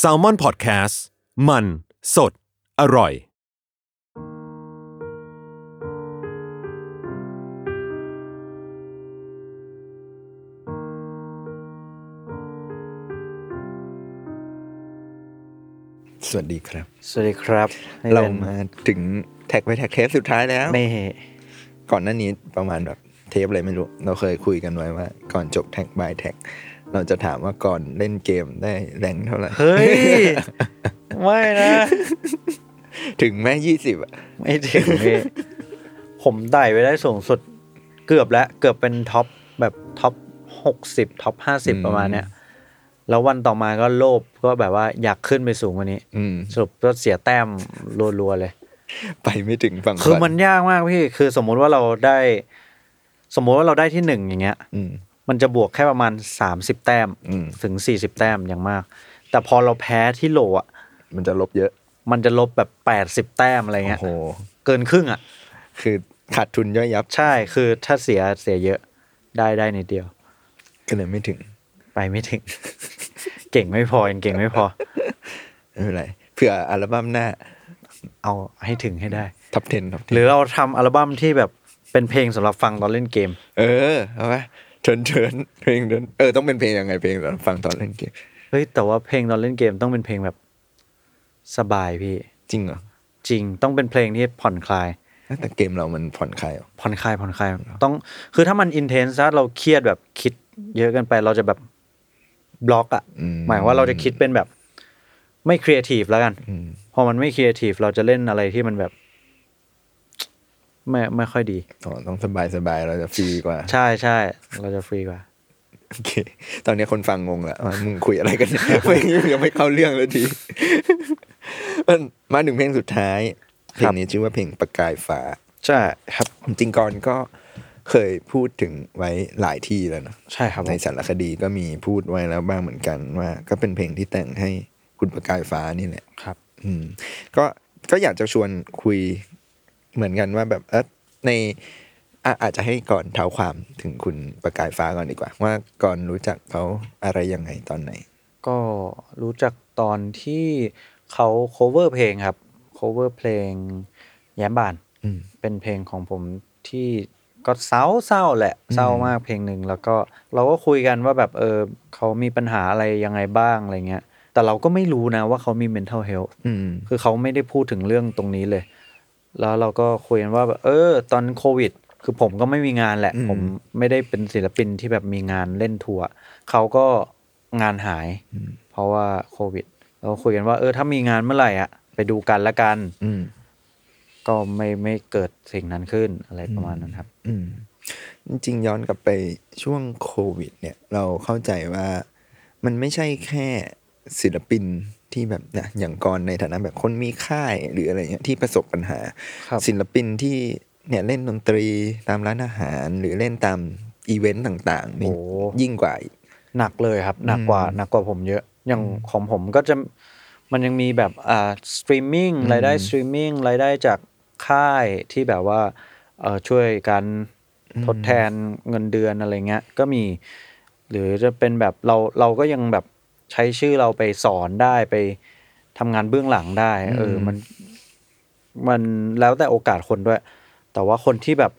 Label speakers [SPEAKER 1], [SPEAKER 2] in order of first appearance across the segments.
[SPEAKER 1] s a l ม o n PODCAST มันสดอร่อย
[SPEAKER 2] สวัสดีครับ
[SPEAKER 3] สวัสดีครับนี่
[SPEAKER 2] เรา
[SPEAKER 3] ป็น
[SPEAKER 2] มาถึงแท็กไปแท็กเทปสุดท้ายแล้ว
[SPEAKER 3] เม่
[SPEAKER 2] ก่อนหน้านี้ประมาณแบบเทปอะไรไม่รู้ เราเคยคุยกันไว้ว่า ก่อนจบแท็กบายแท็กเราจะถามว่าก่อนเล่นเกมได้แรงเท่าไหร่
[SPEAKER 3] เฮ้ย ไม่นะ
[SPEAKER 2] ถึงแม่ยี่สิบ
[SPEAKER 3] ไม่ถึงเว้ยผมไต่ไปได้สูงสุดเกือบแล้ว เกือบเป็นท็อปแบบท็อปหกสิบท็อปห้าสิบประมาณเนี้ยแล้ววันต่อมาก็โลภก็แบบว่าอยากขึ้นไปสูงกว่านี้
[SPEAKER 2] อืม
[SPEAKER 3] สรุปก็เสียแต้มรัวๆเลย
[SPEAKER 2] ไปไม่ถึงฝั่ง
[SPEAKER 3] คือมัน
[SPEAKER 2] ฝั
[SPEAKER 3] ยากมากพี่ คือสมมุติว่าเราได้ สมมุติว่าเราได้ที่หนึ่งอย่างเงี้ย
[SPEAKER 2] อืม
[SPEAKER 3] มันจะบวกแค่ประมาณสามสิบแต้ม
[SPEAKER 2] อืม
[SPEAKER 3] ถึงสี่สิบแต้มอย่างมาก แต่พอเราแพ้ที่โหลอ่ะ
[SPEAKER 2] มันจะลบเยอะ
[SPEAKER 3] มันจะลบแบบแปดสิบ80 แต้มอะไรเงี้
[SPEAKER 2] โอ้
[SPEAKER 3] ย
[SPEAKER 2] โห
[SPEAKER 3] เกินครึ่งอ่ะ
[SPEAKER 2] คือขาดทุนย่อยยับ
[SPEAKER 3] ใช่คือถ้าเสียเสียเยอะได้ได้นิดเดียว
[SPEAKER 2] ก็เลยไม่ถึง
[SPEAKER 3] ไปไม่ถึง เก่งไม่พอยังเก่งไม่พอ
[SPEAKER 2] ไม่เป็นไรเผื่ออัลบั้มหน้า
[SPEAKER 3] เอาให้ถึงให้ได้
[SPEAKER 2] ท็อป10ท็อป
[SPEAKER 3] หรือเราทำอัลบั้มที่แบบเป็นเพลงสำหรับฟังตอนเล่นเกม
[SPEAKER 2] 10เออเอาไะเชิญเชิญเพลงเดินเออต้องเป็นเพลงยังไงเพลงสำหรับฟังตอนเล่นเกม
[SPEAKER 3] เฮ้ยแต่ว่าเพลงตอนเล่นเกมต้องเป็นเพลงแบบสบายพี่
[SPEAKER 2] จริงเหรอ
[SPEAKER 3] จริงต้องเป็นเพลงที่ผ่อนคลาย
[SPEAKER 2] แต่เกมเรามันผ่อนคลายออก
[SPEAKER 3] ผ่อนคลายผ่อนคลายต้องคือถ้ามันอินเทนส์ถ้าเราเครียดแบบคิดเยอะเกินไปเราจะแบบบล็อกอะ
[SPEAKER 2] อืม
[SPEAKER 3] หมายว่าเราจะคิดเป็นแบบไม่ครีเอทีฟแล้วกัน
[SPEAKER 2] อืม
[SPEAKER 3] พอมันไม่ครีเอทีฟเราจะเล่นอะไรที่มันแบบ ไม่ไม่ค่อยดี
[SPEAKER 2] อ๋อต้องสบายสบายเราจะฟรีกว่า
[SPEAKER 3] ใช่ใช่เราจะฟรีกว่า
[SPEAKER 2] โอเค ตอนนี้คนฟังงงละว่ามึงคุยอะไรกันเนี่ย ไม่ยังไม่เข้าเรื่องเลยที มันมาถึงเพลงสุดท้าย เพลงนี้ชื่อว่าเพลงประกายฟ้า
[SPEAKER 3] ใช่ครับ
[SPEAKER 2] จริงๆก่อนก็เคยพูดถึงไว้หลายที่แล้วเนอะ
[SPEAKER 3] ใช่ครับผม
[SPEAKER 2] ในสารคดีก็มีพูดไว้แล้วบ้างเหมือนกันว่า ก็เป็นเพลงที่แต่งให้คุณประกายฟ้านี่แหละ
[SPEAKER 3] ครับ
[SPEAKER 2] อืมก็ก็อยากจะชวนคุยเหมือนกันว่าแบบเออในอ่ะอาจจะให้ก่อนเท้าความถึงคุณประกายฟ้าก่อนดีกว่า ว่าก่อนรู้จักเขาอะไรยังไงตอนไหน
[SPEAKER 3] ก็รู้จักตอนที่เขา cover เพลงครับ cover เพลงแย้มบาน
[SPEAKER 2] อืม
[SPEAKER 3] เป็นเพลงของผมที่ก็เศร้าเศร้าแหละ เศร้ามากเพลงหนึ่งแล้วก็เราก็คุยกันว่าแบบเออเขามีปัญหาอะไรยังไงบ้างอะไรเงี้ย แต่เราก็ไม่รู้นะว่าเขามี mental health
[SPEAKER 2] อืม
[SPEAKER 3] คือเขาไม่ได้พูดถึงเรื่องตรงนี้เลย แล้วเราก็คุยกันว่าแบบเออ ตอนโควิด คือผมก็ไม่มีงานแหละ
[SPEAKER 2] อืม
[SPEAKER 3] ผมไม่ได้เป็นศิลปินที่แบบมีงานเล่นทัวร์เขาก็งานหาย เพราะว่าโควิด เราก็คุยกันว่าเออถ้ามีงานเมื่อไหร่อะไปดูกันละกัน
[SPEAKER 2] อืม
[SPEAKER 3] ก็ไม่ไม่เกิดสิ่งนั้นขึ้นอะไรประมาณนั้นครับ
[SPEAKER 2] อืม จริงๆย้อนกลับไปช่วงโควิด เนี่ย เราเข้าใจว่ามันไม่ใช่แค่ศิลปินที่แบบนะอย่างกรในฐานะแบบคนมีค่ายหรืออะไรเงี้ยที่ประสบปัญหา
[SPEAKER 3] ครับ
[SPEAKER 2] ศิลปินที่เนี่ยเล่นดนตรีตามร้านอาหารหรือเล่นตามอีเวนต์ต่างๆนี่
[SPEAKER 3] โอ้
[SPEAKER 2] ยิ่งกว่าอีก
[SPEAKER 3] หนักเลยครับ หนักกว่าหนักกว่าผมเยอะ อย่างของผมก็จะมันยังมีแบบอ่าสตรีมมิ่งรายได้สตรีมมิ่งรายได้จากค่ายที่แบบว่าเอ่อช่วยกันทดแทนเงินเดือนอะไรเงี้ยก็มี หรือจะเป็นแบบเราเราก็ยังแบบใช้ชื่อเราไปสอนได้ไปทำงานเบื้องหลังได้เออมัน มันแล้วแต่โอกาสคนด้วย แต่ว่าคนที่แบบ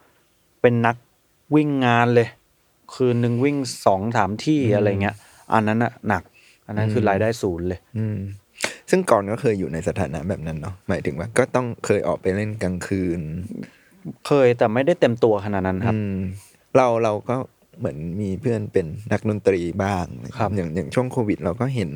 [SPEAKER 3] เป็นนักวิ่งงานเลย คืนหนึ่งวิ่งสองสามที่อะไรเงี้ย อันนั้นอะหนัก อันนั้นคือรายได้ศูนย์เลย
[SPEAKER 2] อืม ซึ่งก่อนก็เคยอยู่ในสถานะแบบนั้นเนาะหมายถึงว่าก็ต้องเคยออกไปเล่นกลางคืน
[SPEAKER 3] เคยแต่ไม่ได้เต็มตัวขนาดนั้นครับ
[SPEAKER 2] อืมเราเราก็เหมือนมีเพื่อนเป็นนักดนตรีบ้างนะค
[SPEAKER 3] ครั
[SPEAKER 2] รับบ อย่างอย่างช่วงโควิด เราก็เห็น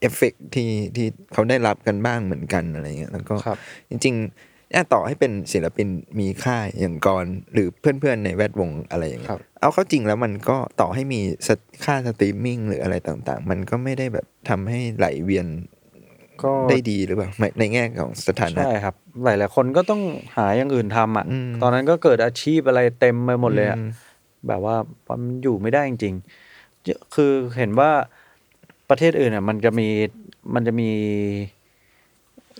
[SPEAKER 2] เอฟเฟกต์ที่ที่เขาได้รับกันบ้างเหมือนกันอะไรเงี้ยแล้วก็
[SPEAKER 3] ครับ
[SPEAKER 2] จริงๆเนี่ยต่อให้เป็นศิลปินมีค่ายอย่างกรหรือเพื่อนๆในแวดวงอะไรอย่างเงี้
[SPEAKER 3] ครั
[SPEAKER 2] ย
[SPEAKER 3] บ
[SPEAKER 2] เอาเข้าจริงแล้วมันก็ต่อให้มีสตค่าสตรีมมิ่งหรืออะไรต่างๆ มันก็ไม่ได้แบบทำให้ไหลเวียน
[SPEAKER 3] ก็
[SPEAKER 2] ได้ดีหรือเปล่าในในแง่ของสถานะ
[SPEAKER 3] ใช่ครับ หลายหลายๆคนก็ต้องหาอย่างอื่นทำอ่ะ
[SPEAKER 2] อืม
[SPEAKER 3] ตอนนั้นก็เกิดอาชีพอะไรเต็มไปหมดเลยอะ
[SPEAKER 2] อืม
[SPEAKER 3] แบบว่ามันอยู่ไม่ได้จริงๆเยอะคือเห็นว่าประเทศอื่นเนี่ยมันจะมีมันจะมี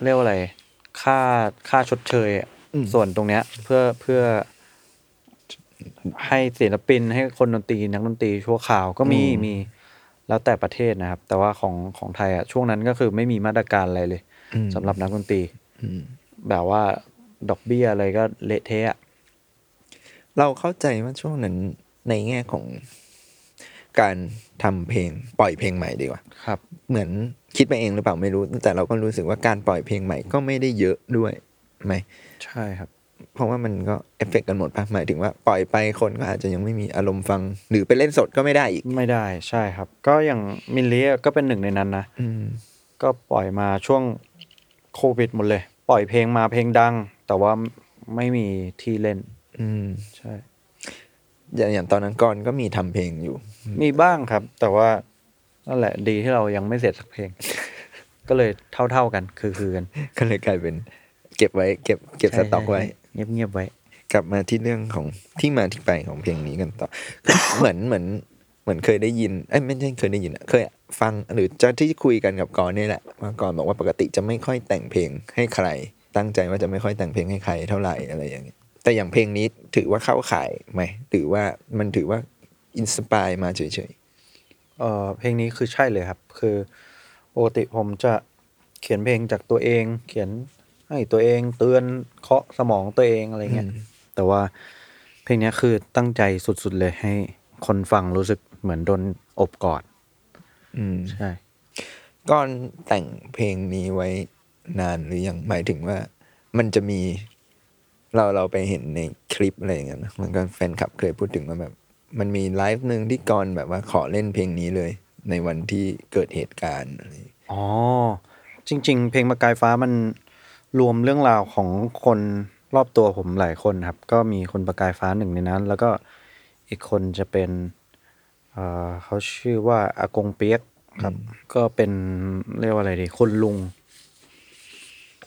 [SPEAKER 3] เรียกว่าอะไร ค่าค่าชดเชยอะ
[SPEAKER 2] อืม
[SPEAKER 3] ส่วนตรงเนี้ย เพื่อเพื่อ ให้ศิลปินให้คนดนตรีนักดนตรีชั่วข่าวก็มีมีห แล้วแต่ประเทศนะครับ แต่ว่าของของไทยอ่ะช่วงนั้นก็คือไม่มีมาตรการอะไรเลย
[SPEAKER 2] อืม
[SPEAKER 3] สำหรับนักดนตรี
[SPEAKER 2] อืม
[SPEAKER 3] แบบว่าดอกเบี้ยอะไรก็เละเทะอะ
[SPEAKER 2] เราเข้าใจว่าช่วงนั้นในแง่ของการทำเพลงปล่อยเพลงใหม่ดีกว่า
[SPEAKER 3] ครับ
[SPEAKER 2] เหมือนคิดไปเองหรือเปล่าไม่รู้ แต่เราก็รู้สึกว่าการปล่อยเพลงใหม่ก็ไม่ได้เยอะด้วยไหม
[SPEAKER 3] ใช่ครับ
[SPEAKER 2] เพราะว่ามันก็เอฟเฟกต์กันหมดปะหมายถึงว่าปล่อยไปคนก็อาจจะยังไม่มีอารมณ์ฟัง หรือไปเล่นสดก็ไม่ได้อีก
[SPEAKER 3] ไม่ได้ใช่ครับ ก็อย่างมิลลีก็เป็นหนึ่งในนั้นนะ
[SPEAKER 2] อืม
[SPEAKER 3] ก็ปล่อยมาช่วงโควิดหมดเลย ปล่อยเพลงมาเพลงดัง แต่ว่าไม่มีที่เล่น
[SPEAKER 2] อืม
[SPEAKER 3] ใช่
[SPEAKER 2] อย่างอย่างตอนนั้นก่อนก็มีทำเพลงอยู่
[SPEAKER 3] มีบ้างครับ แต่ว่านั่นแหละดีที่เรายังไม่เสร็จสักเพลง ก็เลยเท่าๆกันคือคือๆกัน
[SPEAKER 2] ก็เลยกลายเป็น เก็บไว้ เก็บเก็บสต็อกไว้
[SPEAKER 3] เงียบเงียบๆไว้
[SPEAKER 2] กลับมาที่เรื่องของที่มาที่ไปของเพลงนี้กันต่อ เหมือนเหมือนเหมือนเคยได้ยินเอ้ยไม่ใช่เคยได้ยินอะเคยฟังหรือจะที่คุยกันกับกอนเนี่ยแหละว่ากอนบอกว่าปกติจะไม่ค่อยแต่งเพลงให้ใคร ตั้งใจว่าจะไม่ค่อยแต่งเพลงให้ใครเท่าไหร่อะไรอย่างเงี้ยแต่อย่างเพลงนี้ถือว่าเข้าข่ายไหมหรือว่ามันถือว่าอินสปายมาเฉย
[SPEAKER 3] เอ่อเพลงนี้คือใช่เลยครับ คือปกติผมจะเขียนเพลงจากตัวเอง เขียนให้ตัวเองเตือนเคาะสมองตัวเองอะไรเงี้ยแต่ว่าเพลงเนี้ยคือตั้งใจสุดๆเลยให้คนฟังรู้สึกเหมือนโดนอบกอด
[SPEAKER 2] ๆอืม
[SPEAKER 3] ใช่
[SPEAKER 2] กอนแต่งเพลงนี้ไว้นานหรือยังหมายถึงว่า มันจะมี เราเราไปเห็นในคลิปอะไรอย่างเงี้ยนะมันก็แฟนคลับเคยพูดถึงว่าแบบ มันมีไลฟ์หนึ่งที่กอนแบบว่าขอเล่นเพลงนี้เลย ในวันที่เกิดเหตุการณ์อะไร
[SPEAKER 3] อ๋อจริง ๆ เพลงประกายฟ้ามันรวมเรื่องราวของคนรอบตัวผมหลายคนครับ ก็มีคนประกายฟ้าหนึ่งในนั้น แล้วก็อีกคนจะเป็นเอ่อเขาชื่อว่าอากงเปียก ครับก็เป็นเรียกว่าอะไรดีคุณลุง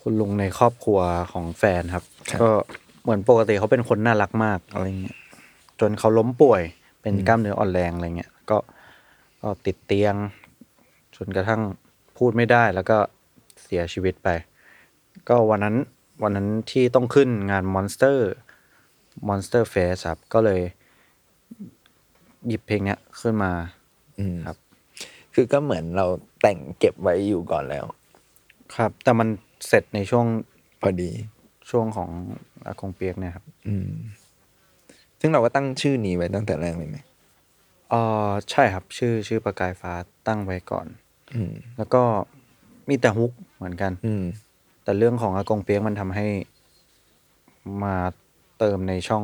[SPEAKER 3] คุณลุงในครอบครัวของแฟนครับ ก็เหมือนปกติเขาเป็นคนน่ารักมากอะไรเงี้ยจนเขาล้มป่วย เป็นกล้ามเนื้ออ่อนแรงอะไรเงี้ยก็ก็ติดเตียงจนกระทั่งพูดไม่ได้ แล้วก็เสียชีวิตไป ก็วันนั้นวันนั้นที่ต้องขึ้นงานมอนสเตอร์มอนสเตอร์เฟสครับก็เลย หยิบเพลงเนี้ยขึ้นมา
[SPEAKER 2] อืม
[SPEAKER 3] ครับ
[SPEAKER 2] คือก็เหมือนเราแต่งเก็บไว้อยู่ก่อนแล้ว
[SPEAKER 3] ครับ แต่มันเสร็จในช่วง
[SPEAKER 2] พอดี
[SPEAKER 3] ช่วงของอากงเปียกเนี่ยครับ
[SPEAKER 2] อืม ซึ่งเราก็ตั้งชื่อนี้ไว้ตั้งแต่แรกเลยไหม
[SPEAKER 3] เออใช่ครับ ชื่อชื่อประกายฟ้าตั้งไว้ก่อน
[SPEAKER 2] อืม
[SPEAKER 3] แล้วก็มีแต่ฮุกเหมือนกัน
[SPEAKER 2] อืม
[SPEAKER 3] แต่เรื่องของอากงเปียกมันทำให้มาเติมในช่อง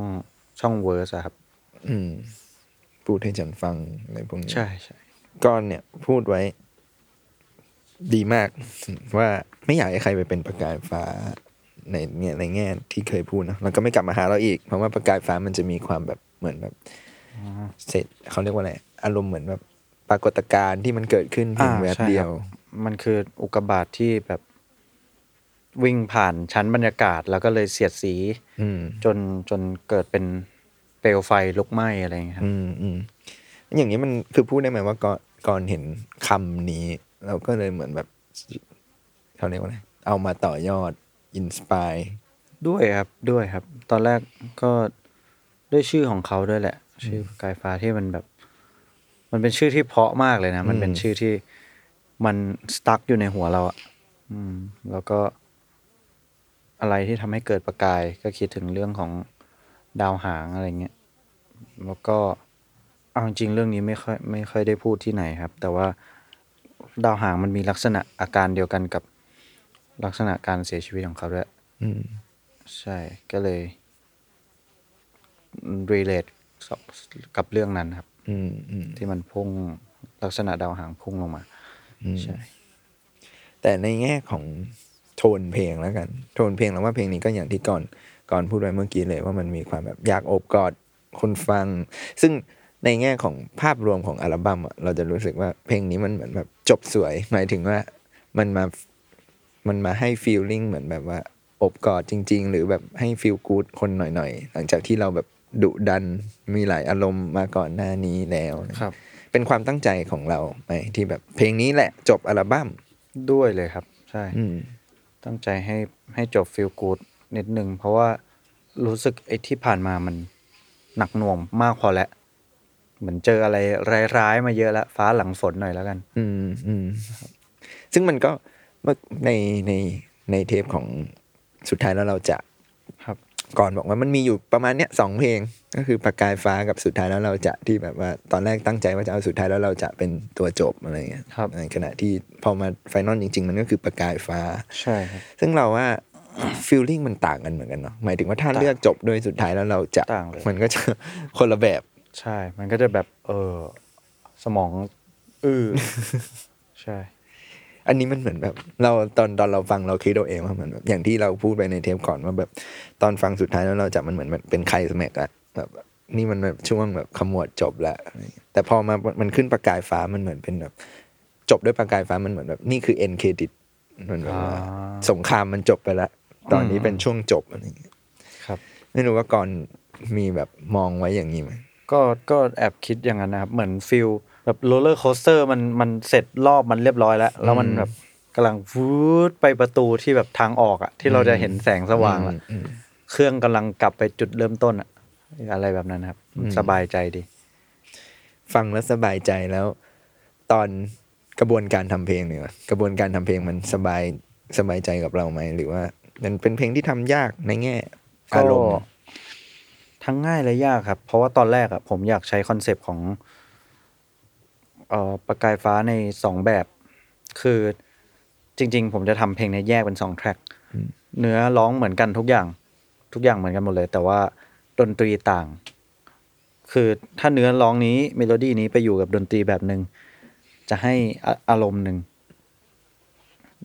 [SPEAKER 3] ช่องเวอร์สอะครับ
[SPEAKER 2] อืม พูดให้ฉันฟังอะไรพวกนี้
[SPEAKER 3] ใช่ใช่
[SPEAKER 2] ก้อนเนี่ยพูดไว้ ดีมาก ว่าไม่อยากให้ใครไปเป็นประกายฟ้า ในเนี่ยในแง่ที่เคยพูดนะแล้วก็ไม่กลับมาหาเราอีก เพราะว่าประกายฟ้ามันจะมีความแบบเหมือนแบบเสร็จเขาเรียกว่าอะไรอารมณ์เหมือนแบบปรากฏการณ์ที่มันเกิดขึ้นเพียงแวบเดียว
[SPEAKER 3] อ่าใช่ครับมันคืออุกกาบาตที่แบบวิ่งผ่านชั้นบรรยากาศ แล้วก็เลยเสียดสี
[SPEAKER 2] อืม
[SPEAKER 3] จนจนเกิดเป็นเปลวไฟลุกไหม้อะไรอย่างเงี้ยครับ
[SPEAKER 2] อืมอืมอย่างนี้มันคือพูดได้ไหมว่าก่อนก่อนเห็นคำนี้ เราก็เลยเหมือนแบบเขาเรียกว่าอะไรเอามาต่อยอดอินสปาย
[SPEAKER 3] ด้วยครับด้วยครับ ตอนแรกก็ด้วยชื่อของเขาด้วยแหละ ชื่อประกายฟ้าที่มันแบบ มันเป็นชื่อที่เพราะมากเลยนะ มันเป็น
[SPEAKER 2] อืม
[SPEAKER 3] ชื่อที่มันสตั๊กอยู่ในหัวเราอะอืม แล้วก็ อะไรที่ทำให้เกิดประกาย ก็คิดถึงเรื่องของดาวหางอะไรเงี้ยแล้วก็เอาจริงๆเรื่องนี้ไม่ค่อยไม่ค่อยได้พูดที่ไหนครับ แต่ว่าดาวหางมันมีลักษณะอาการเดียวกันกับลักษณะการเสียชีวิตของเขาด้วย
[SPEAKER 2] อืม
[SPEAKER 3] ใช่ก็เลย relate สกับเรื่องนั้นครับ
[SPEAKER 2] อืมอืม
[SPEAKER 3] ที่มันพุ่งลักษณะดาวหางพุ่งลงมา ใช่
[SPEAKER 2] แต่ในแง่ของโทนเพลงแล้วกัน โทนเพลงเราว่าเพลงนี้ก็อย่างที่ก่อนก่อนพูดไว้เมื่อกี้เลยว่ามันมีความแบบอยากโอบกอดคนฟัง ซึ่งในแง่ของภาพรวมของอัลบั้มอะเราจะรู้สึกว่าเพลงนี้มันเหมือนแบบจบสวย หมายถึงว่ามันมามันมาให้ฟีลลิ่งเหมือนแบบว่าอบกอดจริง ๆ หรือแบบให้ฟีลกู๊ดคนหน่อยๆ หลังจากที่เราแบบดุดันมีหลายอารมณ์มาก่อนหน้านี้แล้ว
[SPEAKER 3] ครับ
[SPEAKER 2] เป็นความตั้งใจของเราไหมที่แบบเพลงนี้แหละจบอัลบั้ม
[SPEAKER 3] ด้วยเลยครับ ใช่
[SPEAKER 2] อืม
[SPEAKER 3] ตั้งใจให้ให้จบ feel good นิดนึง เพราะว่ารู้สึกไอ้ที่ผ่านมามันหนักหน่วงมากพอแล้ว เหมือนเจออะไรร้ายๆมาเยอะแล้วฟ้าหลังฝนหน่อยแล้วกัน
[SPEAKER 2] อืมอืมซึ่งมันก็ว่าในในในเทปของสุดท้ายแล้วเราจะ
[SPEAKER 3] ครับ
[SPEAKER 2] ก่อนบอกว่ามันมีอยู่ประมาณเนี้ยสองเพลง ก็คือประกายฟ้ากับสุดท้ายแล้วเราจะที่แบบว่าตอนแรกตั้งใจว่าจะเอาสุดท้ายแล้วเราจะเป็นตัวจบอะไรเงี้ย
[SPEAKER 3] ครับ
[SPEAKER 2] ในขณะที่พอมาไฟนอลจริง ๆ มันก็คือประกายฟ้า
[SPEAKER 3] ใช่ครับ
[SPEAKER 2] ซึ่งเราว่า ฟีลลิ่งมันต่างกันเหมือนกันเนาะหมายถึงว่าถ้า
[SPEAKER 3] ต่าง
[SPEAKER 2] เลือกจบโดยสุดท้ายแล้วเราจะ
[SPEAKER 3] ต่างเลย
[SPEAKER 2] มันก็จะ คนละแบบ
[SPEAKER 3] ใช่ มันก็จะแบบ เออ สมองอื้อ ใช่
[SPEAKER 2] อันนี้มันเหมือนแบบ เราตอนตอนเราฟังเราคิดเอาเองว่าเหมือนแบบอย่างที่เราพูดไปในเทปก่อนว่าแบบตอนฟังสุดท้ายแล้วเราจะมันเหมือนแบบเป็นใครสมักอะแบบนี่มันแบบช่วงแบบขมวดจบละแต่พอมามันขึ้นประกายฟ้ามันเหมือนเป็นแบบ จบด้วยประกายฟ้ามันเหมือนแบบ นี่คือเอ็นเครดิตมันแบบว่า
[SPEAKER 3] อ่า
[SPEAKER 2] สงครามมันจบไปละตอนนี้เป็นช่วงจบอะไรอย่างเงี้ย
[SPEAKER 3] ครับ
[SPEAKER 2] ไม่รู้ว่าก่อนมีแบบมองไว้อย่างนี้ไหม
[SPEAKER 3] ก็ก็แอบคิดอย่างนั้นนะครับ เหมือนฟิลแบบโรลเลอร์โคสเตอร์มันมันเสร็จรอบมันเรียบร้อยแล้ว แล้วมัน
[SPEAKER 2] อืม
[SPEAKER 3] แบบกำลังฟูดไปประตูที่แบบทางออกอะที่เราจะเห็นแสงสว่างละ
[SPEAKER 2] อืม
[SPEAKER 3] เครื่องกำลังกลับไปจุดเริ่มต้นอะอะไรแบบนั้นครับ
[SPEAKER 2] อืม
[SPEAKER 3] สบายใจดี
[SPEAKER 2] ฟังแล้วสบายใจแล้ว ตอนกระบวนการทำเพลงเนี่ยกระบวนการทำเพลงมันสบายสบายใจกับเราไหมหรือว่ามันเป็นเพลงที่ทำยากในแง่อารมณ์
[SPEAKER 3] ทั้งง่ายและยากครับ เพราะว่าตอนแรกอะผมอยากใช้คอนเซปต์ของเอ่อประกายฟ้าในสองแบบ คือจริง ๆ ผมจะทำเพลงเนี้แยกเป็นสองแทร็ก
[SPEAKER 2] อืม
[SPEAKER 3] เนื้อร้องเหมือนกันทุกอย่าง ทุกอย่างเหมือนกันหมดเลย แต่ว่าดนตรีต่าง คือถ้าเนื้อร้องนี้เมโลดี้นี้ไปอยู่กับดนตรีแบบหนึ่งจะให้อะอารมณ์หนึ่ง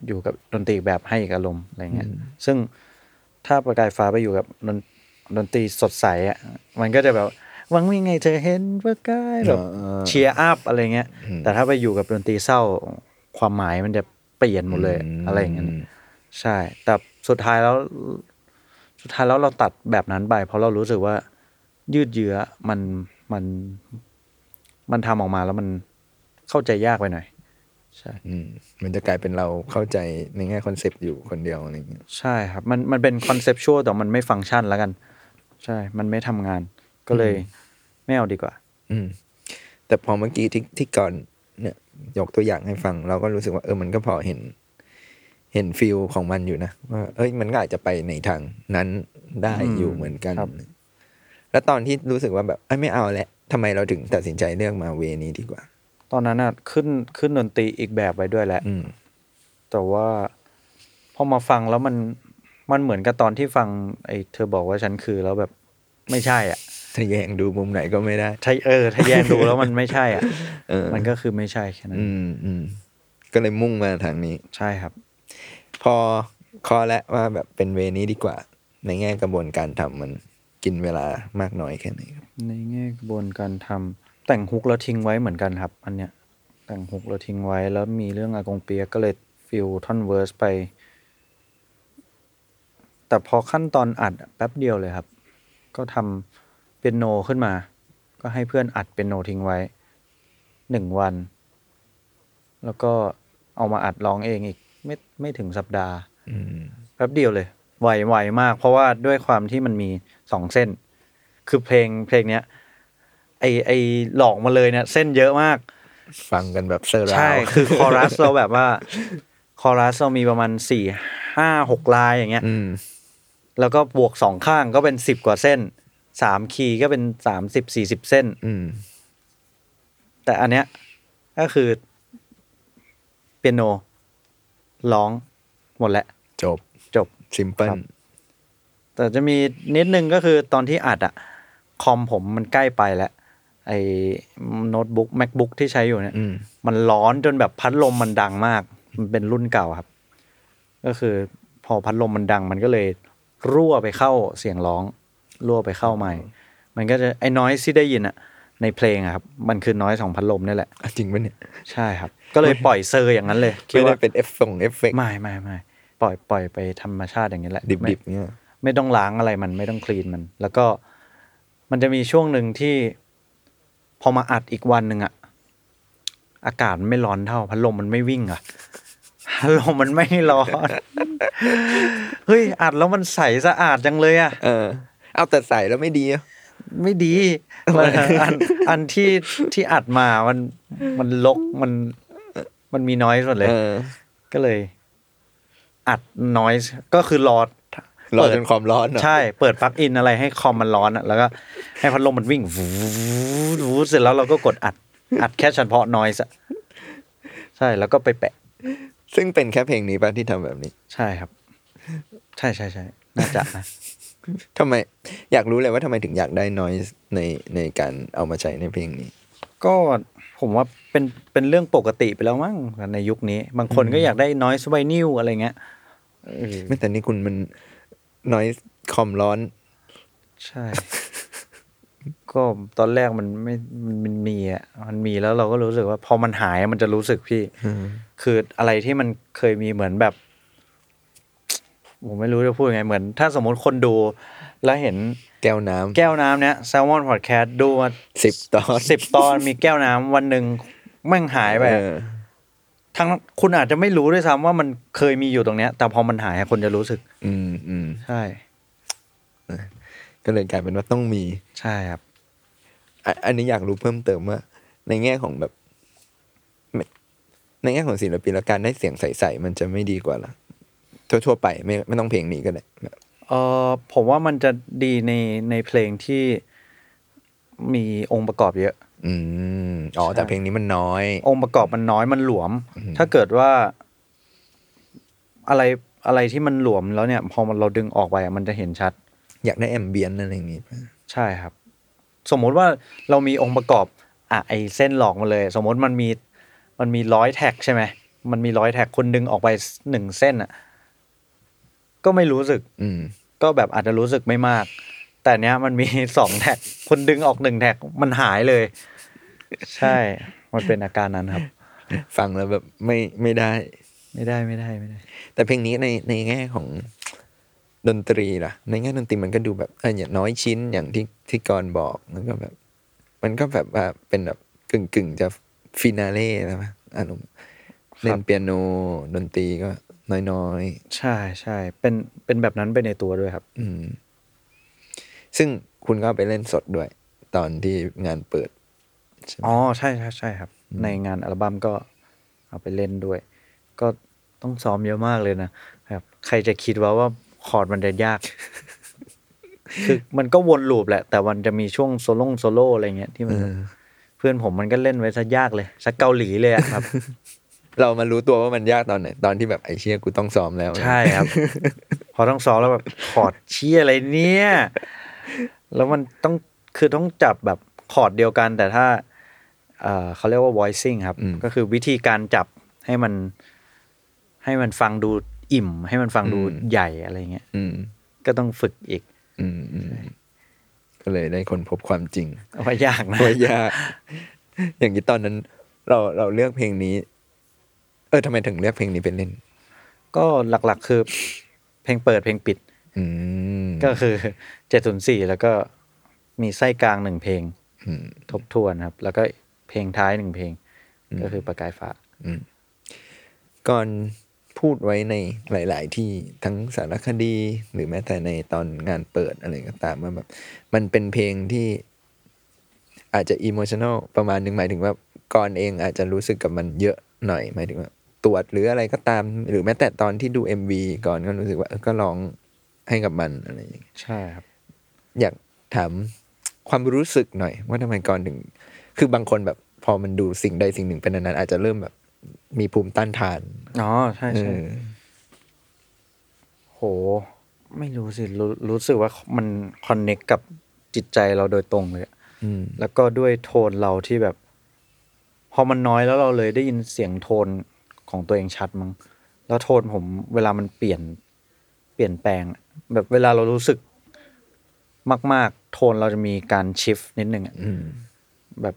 [SPEAKER 3] อยู่กับดนตรีอีกแบบให้อีกอารมณ์อะไรเงี้ยซึ่งถ้าประกายฟ้าไปอยู่กับดนดนตรีสดใสอ่ะมันก็จะแบบหวังวิ่งไงเธอเห็นประกายแบบ
[SPEAKER 2] เออ
[SPEAKER 3] เชียร์อัพอะไรเงี้ย
[SPEAKER 2] อืม
[SPEAKER 3] แต่ถ้าไปอยู่กับดนตรีเศร้าความหมายมันจะเปลี่ยนหมดเลยอะไรอย่างเงี้ย ใช่ แต่สุดท้ายแล้ว สุดท้ายแล้วเราตัดแบบนั้นไป เพราะเรารู้สึกว่า ยืดเยื้อมันมัน มันทำออกมาแล้วมันเข้าใจยากไปหน่อย ใช่
[SPEAKER 2] อืมมันจะกลายเป็นเราเข้าใจในแง่คอนเซปต์อยู่คนเดียวอะไรอย่างเงี้ย
[SPEAKER 3] ใช่ครับ มันมันเป็นคอนเซปชวลแต่มันไม่ฟังก์ชันแล้วกัน ใช่ มันไม่ทำงาน ก็เลยไม่เอาดีกว่า
[SPEAKER 2] อืม แต่พอเมื่อกี้ที่ที่ก่อนเนี่ย ยกตัวอย่างให้ฟัง เราก็รู้สึกว่าเออมันก็พอเห็น เห็นฟิลของมันอยู่นะว่าเอ้ยมันก็อาจจะไปในทางนั้นได้อยู่เหมือนกัน
[SPEAKER 3] ครับ
[SPEAKER 2] แล้วตอนที่รู้สึกว่าแบบเอ้ยไม่เอาแล้วทำไมเราถึงตัดสินใจเลือกมาเวนี้ดีกว่า
[SPEAKER 3] ตอนนั้นน่ะขึ้นขึ้นดนตรีอีกแบบไปด้วยแหละ
[SPEAKER 2] อืม
[SPEAKER 3] แต่ว่าพอมาฟังแล้วมันมันเหมือนกับตอนที่ฟัง ไอ้เธอบอกว่าฉันคือแล้วแบบไม่ใช่อ่ะ
[SPEAKER 2] ถ้าแยงดูมุมไหนก็ไม่ได้
[SPEAKER 3] ถ้าเออถ้าแยงดูแล้วมันไม่ใช่อ่ะ
[SPEAKER 2] เออ
[SPEAKER 3] มันก็คือไม่ใช่แค่นั้น
[SPEAKER 2] อืมอืมก็เลยมุ่งมาทางนี้
[SPEAKER 3] ใช่ครับ
[SPEAKER 2] พอคอแล้วว่าแบบเป็นเวนี้ดีกว่า ในแง่กระบวนการทำมันกินเวลามากน้อยแค่ไหนครับ
[SPEAKER 3] ในแง่กระบวนการทำแต่งฮุกแล้วทิ้งไว้เหมือนกันครับ อันเนี้ยแต่งฮุกแล้วทิ้งไว้แล้วมีเรื่องอากงเปียกก็เลยฟิลท่อนเวิร์สไป แต่พอขั้นตอนอัดอะแป๊บเดียวเลยครับ ก็ทำเปียโนขึ้นมา ก็ให้เพื่อนอัดเปียโนทิ้งไว้หนึ่งวัน แล้วก็เอามาอัดร้องเองอีก ไม่ไม่ถึงสัปดาห์
[SPEAKER 2] อืม
[SPEAKER 3] แป๊บเดียวเลยไวไวมาก เพราะว่าด้วยความที่มันมีสองเส้น คือเพลงเพลงเนี้ย ไอไอหลอกมาเลยเนี่ย เส้นเยอะมาก
[SPEAKER 2] ฟังกันแบบเซอร์รา
[SPEAKER 3] ใช่
[SPEAKER 2] ว
[SPEAKER 3] คือคอรัสเราแบบว่า คอรัสเรามีประมาณสี่ห้าหกลายอย่างเงี้ย
[SPEAKER 2] อืม
[SPEAKER 3] แล้วก็บวกสองข้างก็เป็นสิบกว่าเส้นสามคีย์ก็เป็นสามสิบสี่สิบเส้น
[SPEAKER 2] อืม
[SPEAKER 3] แต่อันเนี้ยก็คือเปียโนร้องหมดแหละ
[SPEAKER 2] จบ
[SPEAKER 3] จบ
[SPEAKER 2] ซิมเพิล
[SPEAKER 3] ครับ แต่จะมีนิดนึงก็คือตอนที่อัดอะคอมผมมันใกล้ไปแล้ว ไอ้โน้ตบุ๊ก macbook ที่ใช้อยู่เนี่ย
[SPEAKER 2] อืม
[SPEAKER 3] มันร้อนจนแบบพัดลมมันดังมาก มันเป็นรุ่นเก่าครับ ก็คือพอพัดลมมันดัง มันก็เลยรั่วไปเข้าเสียงร้อง รั่วไปเข้าไมค์มันก็จะไอ้น้อยที่ได้ยินอะในเพลงอะครับ มันคือน้อยของพัดลมนี่แหละ
[SPEAKER 2] จริงปะเนี่ย
[SPEAKER 3] ใช่ครับ ก็เลยปล่อยเซอร์อย่างนั้นเลยคิด
[SPEAKER 2] ไม่ได้
[SPEAKER 3] ว่า
[SPEAKER 2] เป็นเอฟฟงเอฟเฟกต์
[SPEAKER 3] ไม่ไม่ไม่ปล่อยปล่อยไปธรรมชาติอย่างนี้แหละ
[SPEAKER 2] ดิบๆเนี่ย
[SPEAKER 3] ไม่ต้องล้างอะไรมันไม่ต้องคลีนมัน แล้วก็มันจะมีช่วงหนึ่งที่ พอมาอัดอีกวันหนึ่งอะอากาศมันไม่ร้อนเท่าพัดลมมันไม่วิ่งอะพัดลมมันไม่ร้อน เฮ้ยอัดแล้วมันใสสะอาดจังเลยอะ
[SPEAKER 2] เออ เอาแต่ใส่แล้วไม่ดีอะ
[SPEAKER 3] ไม่ดีมันอันอันที่ที่อัดมามันมันลกมันมันมีน้อยสุดเลย
[SPEAKER 2] เออ
[SPEAKER 3] ก็เลย อัดน้อยก็คือรอ
[SPEAKER 2] ร้อน
[SPEAKER 3] เปิด
[SPEAKER 2] จนความร้อนเหรอ
[SPEAKER 3] ใช่ เปิดปลั๊กอินอะไรให้คอมมันร้อนอะแล้วก็ให้พัดลมมันวิ่งวูดวูดเสร็จแล้วเราก็กดอัด อัดแค่เฉพาะน้อยสะใช่แล้วก็ไปแปะ
[SPEAKER 2] ซึ่งเป็นแค่เพลงนี้ป่ะที่ทำแบบนี้
[SPEAKER 3] ใช่ครับ ใช่ใช่ใช่น่าจะนะ
[SPEAKER 2] ทำไม อยากรู้เลยว่าทำไมถึงอยากได้น้อยในในการเอามาใช้ในเพลงนี้
[SPEAKER 3] ก็ผมว่าเป็นเป็นเรื่องปกติไปแล้วมั้งในยุคนี้ บางคนก็อยากได้น้อยสไวนิวอะไรเงี้ยเออ
[SPEAKER 2] ไม่แต่นี่คุณมันน้อยคอมร้อน
[SPEAKER 3] ใช่ ก็ตอนแรกมันไม่มันมันมีอ่ะมันมีแล้วเราก็รู้สึกว่า พอมันหายมันจะรู้สึกพี่ คืออะไรที่มันเคยมีเหมือนแบบ ผมไม่รู้จะพูดยังไงเหมือน ถ้าสมมติคนดู แล้วเห็น
[SPEAKER 2] แก้วน้ำ
[SPEAKER 3] แก้วน้ำเนี้ยแซลมอนพอดแคสต์ดูมา
[SPEAKER 2] สิบตอน
[SPEAKER 3] สิบตอนมีแก้วน้ำวันหนึ่งแม่งหายไป
[SPEAKER 2] เออ
[SPEAKER 3] ทั้งคุณอาจจะไม่รู้ด้วยซ้ำว่ามันเคยมีอยู่ตรงเนี้ย แต่พอมันหายอะคนจะรู้สึก
[SPEAKER 2] อืมอืม
[SPEAKER 3] ใช่
[SPEAKER 2] ก็เลยกลายเป็นว่าต้องมี
[SPEAKER 3] ใช่ครับ
[SPEAKER 2] อ่ะอันนี้อยากรู้เพิ่มเติมว่า ในแง่ของแบบ ในแง่ของศิลปินแล้วการได้เสียงใสๆมันจะไม่ดีกว่าล่ะทั่วๆไปไม่ไม่ต้องเพลงนี้ก็ได้แบบ
[SPEAKER 3] เออผมว่ามันจะดีในในเพลงที่มีองค์ประกอบเยอะ
[SPEAKER 2] อืมอ๋อแต่
[SPEAKER 3] ใช่
[SPEAKER 2] เพลงนี้มันน้อย
[SPEAKER 3] องค์ประกอบมันน้อยมันหลวม ถ้าเกิดว่าอะไรอะไรที่มันหลวมแล้วเนี่ย พอมันเราดึงออกไปอะมันจะเห็นชัด
[SPEAKER 2] อยากได้แอมเบียนต์อะไรอย่างงี้ป่ะ
[SPEAKER 3] ใช่ครับ สมมุติว่าเรามีองค์ประกอบอ่ะไอเส้นหลอกมาเลย สมมติมันมีมันมีร้อยแท็กใช่ไหมมันมีร้อยแท็กคนดึงออกไปหนึ่งเส้นอ่ะ ก็ไม่รู้สึก
[SPEAKER 2] อืม
[SPEAKER 3] ก็แบบอาจจะรู้สึกไม่มาก แต่เนี้ยมันมี สองแท็กคนดึงออกหนึ่งแท็กมันหายเลย ใช่ มันเป็นอาการนั้นครับ
[SPEAKER 2] ฟังแล้วแบบไม่ไม่ได้
[SPEAKER 3] ไม่ได้ไม่ได้ไม่ได้
[SPEAKER 2] แต่เพลงนี้ในในแง่ของดนตรีล่ะ ในแง่ดนตรีมันก็ดูแบบเอออย่างน้อยชิ้นอย่างที่ที่กรณ์บอกมันก็แบบ มันก็แบบว่าเป็นแบบกึ่งกึ่งๆจะฟินาเล่แล้วมั้ยอารมณ์
[SPEAKER 3] ครับ
[SPEAKER 2] เล่นเปียโนดนตรีก็น้อย
[SPEAKER 3] ใช่ใช่เป็นเป็นแบบนั้นไปในตัวด้วยครับ
[SPEAKER 2] ๆอืม ซึ่งคุณก็ไปเล่นสดด้วย ตอนที่งานเปิด
[SPEAKER 3] อ๋อใช่ใช่ใช่ครับ ในงานอัลบั้มก็เอาไปเล่นด้วย ก็ต้องซ้อมเยอะมากเลยนะครับ ใครจะคิดว่าว่าคอร์ดมันจะยาก คือมันก็วนลูปแหละ แต่มันจะมีช่วงโซโล่งโซโล่อะไรเงี้ยที่มัน
[SPEAKER 2] เออ
[SPEAKER 3] เพื่อนผมมันก็เล่นไว้ซะยากเลยซะเกาหลีเลยอะครับ
[SPEAKER 2] เรามารู้ตัวว่ามันยากตอนไหนตอนที่แบบไอเชี่ยกูต้องซ้อมแล้ว
[SPEAKER 3] ใช่ครับ พอต้องซ้อมแล้วแบบคอร์ดเชี่ยอะไรเนี่ย แล้วมันต้องคือต้องจับแบบคอร์ดเดียวกัน แต่ถ้าเอ่อเขาเรียกว่า voicing ครับ
[SPEAKER 2] อืม
[SPEAKER 3] ก็คือวิธีการจับให้มัน ให้มันฟังดูอิ่ม ให้มันฟังดู
[SPEAKER 2] อืม
[SPEAKER 3] ใหญ่อะไรเงี้ย
[SPEAKER 2] อืม
[SPEAKER 3] ก็ต้องฝึกอีก
[SPEAKER 2] อืมอืมก็เลยได้คนพบความจริง
[SPEAKER 3] ว่ายากนะ
[SPEAKER 2] โอ้ยยาก อย่างนี้ตอนนั้น เราเราเลือกเพลงนี้ เออทำไมถึงเลือกเพลงนี้เป็นเล่น
[SPEAKER 3] ก็หลักๆคือ เพลงเปิดเพลงปิด
[SPEAKER 2] อืม
[SPEAKER 3] ก็คือเจ็ดศูนย์สี่แล้วก็มีไส้กลางหนึ่งเพลง
[SPEAKER 2] อืม
[SPEAKER 3] ทบทวนครับ แล้วก็เพลงท้ายหนึ่งเพลง ก็คือประกายฟ้า
[SPEAKER 2] ก่อนพูดไว้ในหลาย ๆ ที่ทั้งสารคดี หรือแม้แต่ในตอนงานเปิดอะไรก็ตามว่าแบบมันเป็นเพลงที่อาจจะอิโมชันอลประมาณหนึ่งหมายถึงว่าก่อนเองอาจจะรู้สึกกับมันเยอะหน่อย หมายถึงว่าตรวจหรืออะไรก็ตาม หรือแม้แต่ตอนที่ดู MV ก่อนก็รู้สึกว่าเออก็ร้องให้กับมันอะไรอย่างเงี้ย
[SPEAKER 3] ใช่ครับ
[SPEAKER 2] อยากถามความรู้สึกหน่อย ว่าทำไมก่อนถึง คือบางคนแบบพอมันดูสิ่งใดสิ่งหนึ่งเป็นนานๆอาจจะเริ่มแบบ มีภูมิต้านทาน
[SPEAKER 3] อ๋อ ใช่
[SPEAKER 2] เอ
[SPEAKER 3] ใช่
[SPEAKER 2] อ
[SPEAKER 3] โห ไม่รู้สิรู้รู้สึกว่ามันคอนเน็กกับจิตใจเราโดยตรงเลยอะ
[SPEAKER 2] อืม
[SPEAKER 3] แล้วก็ด้วยโทนเราที่แบบ พอมันน้อยแล้วเราเลยได้ยินเสียงโทนของตัวเองชัดมั้งแล้วโทนผมเวลามันเปลี่ยน เปลี่ยนแปลง แบบเวลาเรารู้สึก มาก ๆ โทนเราจะมีการชิฟนิดนึงอะ
[SPEAKER 2] อืม
[SPEAKER 3] แบบ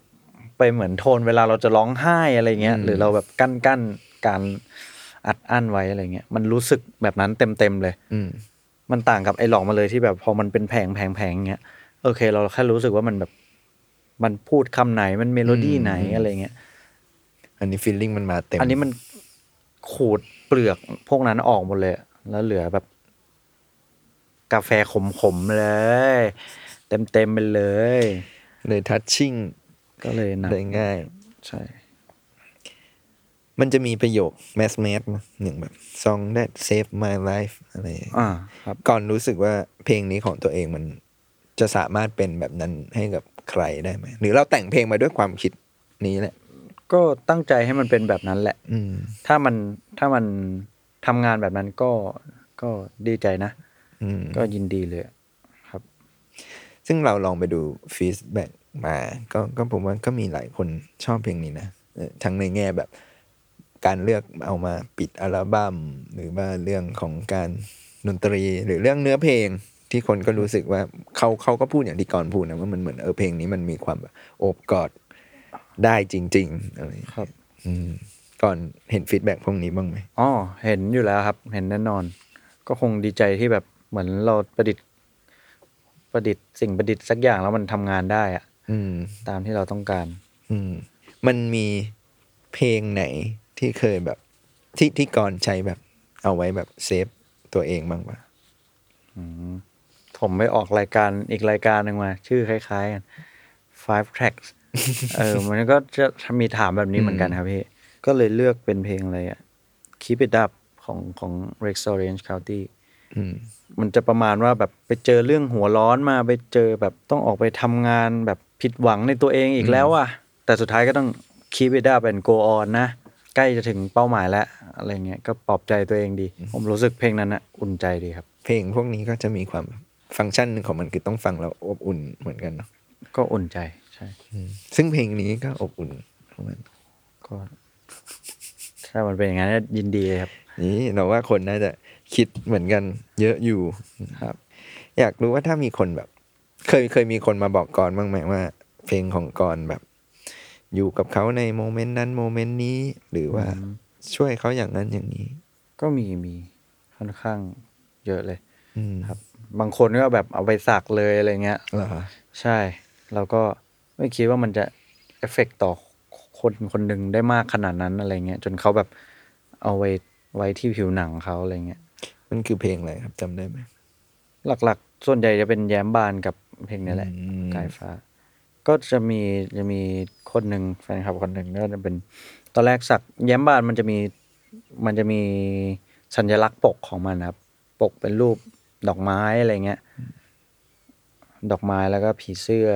[SPEAKER 3] ไปเหมือนโทนเวลาเราจะร้องไห้อะไรเงี้ย
[SPEAKER 2] อืม
[SPEAKER 3] หรือเราแบบกั้นกั้นการอัดอั้นไว้อะไรเงี้ยมันรู้สึกแบบนั้นเต็มเต็มๆเลย
[SPEAKER 2] อืม
[SPEAKER 3] มันต่างกับไอ้หลอกมาเลยที่แบบพอมันเป็นแผงแผงแผงเงี้ยโอเค เราแค่รู้สึกว่ามันแบบมันพูดคำไหนมันเมโลดี้ไหน
[SPEAKER 2] อืม
[SPEAKER 3] อะไรเงี้ย
[SPEAKER 2] อันนี้ฟีลลิ่งมันมาเต็ม
[SPEAKER 3] อั
[SPEAKER 2] อั
[SPEAKER 3] นนี้มันขูดเปลือกพวกนั้นออกหมดเลย แล้วเหลือแบบ กาแฟขมๆเลย เต็มเต็มๆไปเลย
[SPEAKER 2] เลยทัชชิ่ง
[SPEAKER 3] ก็เลยหนัก
[SPEAKER 2] ได้ง่าย
[SPEAKER 3] ใช่
[SPEAKER 2] มันจะมีประโยคแมสแมสอย่างแบบ song that save my life อะไร
[SPEAKER 3] อ่าครับ
[SPEAKER 2] ก่อนรู้สึกว่าเพลงนี้ของตัวเองมันจะสามารถเป็นแบบนั้นให้กับใครได้ไหม หรือเราแต่งเพลงมาด้วยความคิดนี้แหละ
[SPEAKER 3] ก็ตั้งใจให้มันเป็นแบบนั้นแหละ
[SPEAKER 2] อืม
[SPEAKER 3] ถ้ามันถ้ามันทำงานแบบนั้นก็ก็ดีใจนะ
[SPEAKER 2] อืม
[SPEAKER 3] ก็ยินดีเลยครับ
[SPEAKER 2] ซึ่งเราลองไปดูฟีดแบ็กมาก็ก็ผมว่าก็มีหลายคนชอบเพลงนี้นะเออทั้งในแง่แบบการเลือกเอามาปิดอัลบัม้มหรือว่าเรื่องของการดนตรีหรือเรื่องเนื้อเพลงที่คนก็รู้สึกว่าเขาเขาก็พูดอย่างที่ก่อนพูดนะว่ามันเหมือนเออเพลงนี้มันมีความแบบโอบกอดได้จริง ๆ อะไรอย่างเงี้ย
[SPEAKER 3] ครับ
[SPEAKER 2] อืมก่อนเห็นฟีดแบ็กพวกนี้บ้างไหม
[SPEAKER 3] อ๋อเห็นอยู่แล้วครับ เห็นแน่นอน ก็คงดีใจที่แบบเหมือนเราประดิษฐ์ ประดิษฐ์สิ่งประดิษฐ์สักอย่างแล้วมันทำงานได้อะ
[SPEAKER 2] อืม
[SPEAKER 3] ตามที่เราต้องการ
[SPEAKER 2] อืมมันมีเพลงไหนที่เคยแบบที่ที่ก่อนใช้แบบ เอาไว้แบบเซฟตัวเองบ้างปะ
[SPEAKER 3] ผมไปออกรายการอีกรายการหนึ่งมา ชื่อคล้ายๆกัน five tracks เอ อ มันก็จะมีถามแบบนี้เหมือนกันครับพี่ ก็เลยเลือกเป็นเพลงอะไรอ่ะ Keep It Up ของของ Rex Orange County
[SPEAKER 2] อืม
[SPEAKER 3] มันจะประมาณว่าแบบไปเจอเรื่องหัวร้อนมาไปเจอแบบต้องออกไปทำงานแบบผิดหวังในตัวเองอีกแล้วอ่ะ แต่สุดท้ายก็ต้อง keep it up and go on นะ ใกล้จะถึงเป้าหมายแล้ว อะไรเงี้ยก็ปลอบใจตัวเองดี ผมรู้สึกเพลงนั้นนะอุ่นใจดีครับ
[SPEAKER 2] เพลงพวกนี้ก็จะมีความฟังก์ชันหนึ่งของมันคือต้องฟังแล้วอบอุ่นเหมือนกันเนาะ
[SPEAKER 3] ก็อุ่นใจใช่
[SPEAKER 2] อืมซึ่งเพลงนี้ก็อบอุ่นของมัน
[SPEAKER 3] ก็ ถ้ามันเป็นอย่างนั้นก็ยินดีเลยครับ
[SPEAKER 2] นี่เราว่าคนน่าจะคิดเหมือนกันเยอะอยู่ครับ อยากรู้ว่าถ้ามีคนแบบ เคยเคยมีคนมาบอกกรบ้างไหมว่า เพลงของกรแบบ อยู่กับเขาในโมเมนต์นั้นโมเมนต์นี้ หรือว่า ช่วยเขาอย่างนั้นอย่างนี้
[SPEAKER 3] ก็มีมีค่อนข้างเยอะเลย
[SPEAKER 2] อืม
[SPEAKER 3] ครับ บางคนก็แบบเอาไปสักเลยอะไรเงี้ย
[SPEAKER 2] เหรอ
[SPEAKER 3] ใช่ เราก็ไม่คิดว่ามันจะเอฟเฟกต์ต่อคนคนหนึ่งได้มากขนาดนั้นอะไรเงี้ยจนเขาแบบเอาไว้ไว้ที่ผิวหนังเขาอะไรเงี้ย
[SPEAKER 2] มันคือเพลงอะไรครับจำได้ไหม
[SPEAKER 3] หลักๆ ส่วนใหญ่จะเป็นแย้มบานกับเพลงนี้แหละ
[SPEAKER 2] อืม
[SPEAKER 3] กายฟ้า ก็จะมีจะมีคนหนึ่งแฟนคลับคนหนึ่งก็จะเป็นตอนแรกสักแย้มบานมันจะมีมันจะมีสัญลักษณ์ปกของมันนะครับ ปกเป็นรูปดอกไม้อะไรเงี้ย ดอกไม้แล้วก็ผีเสื้อ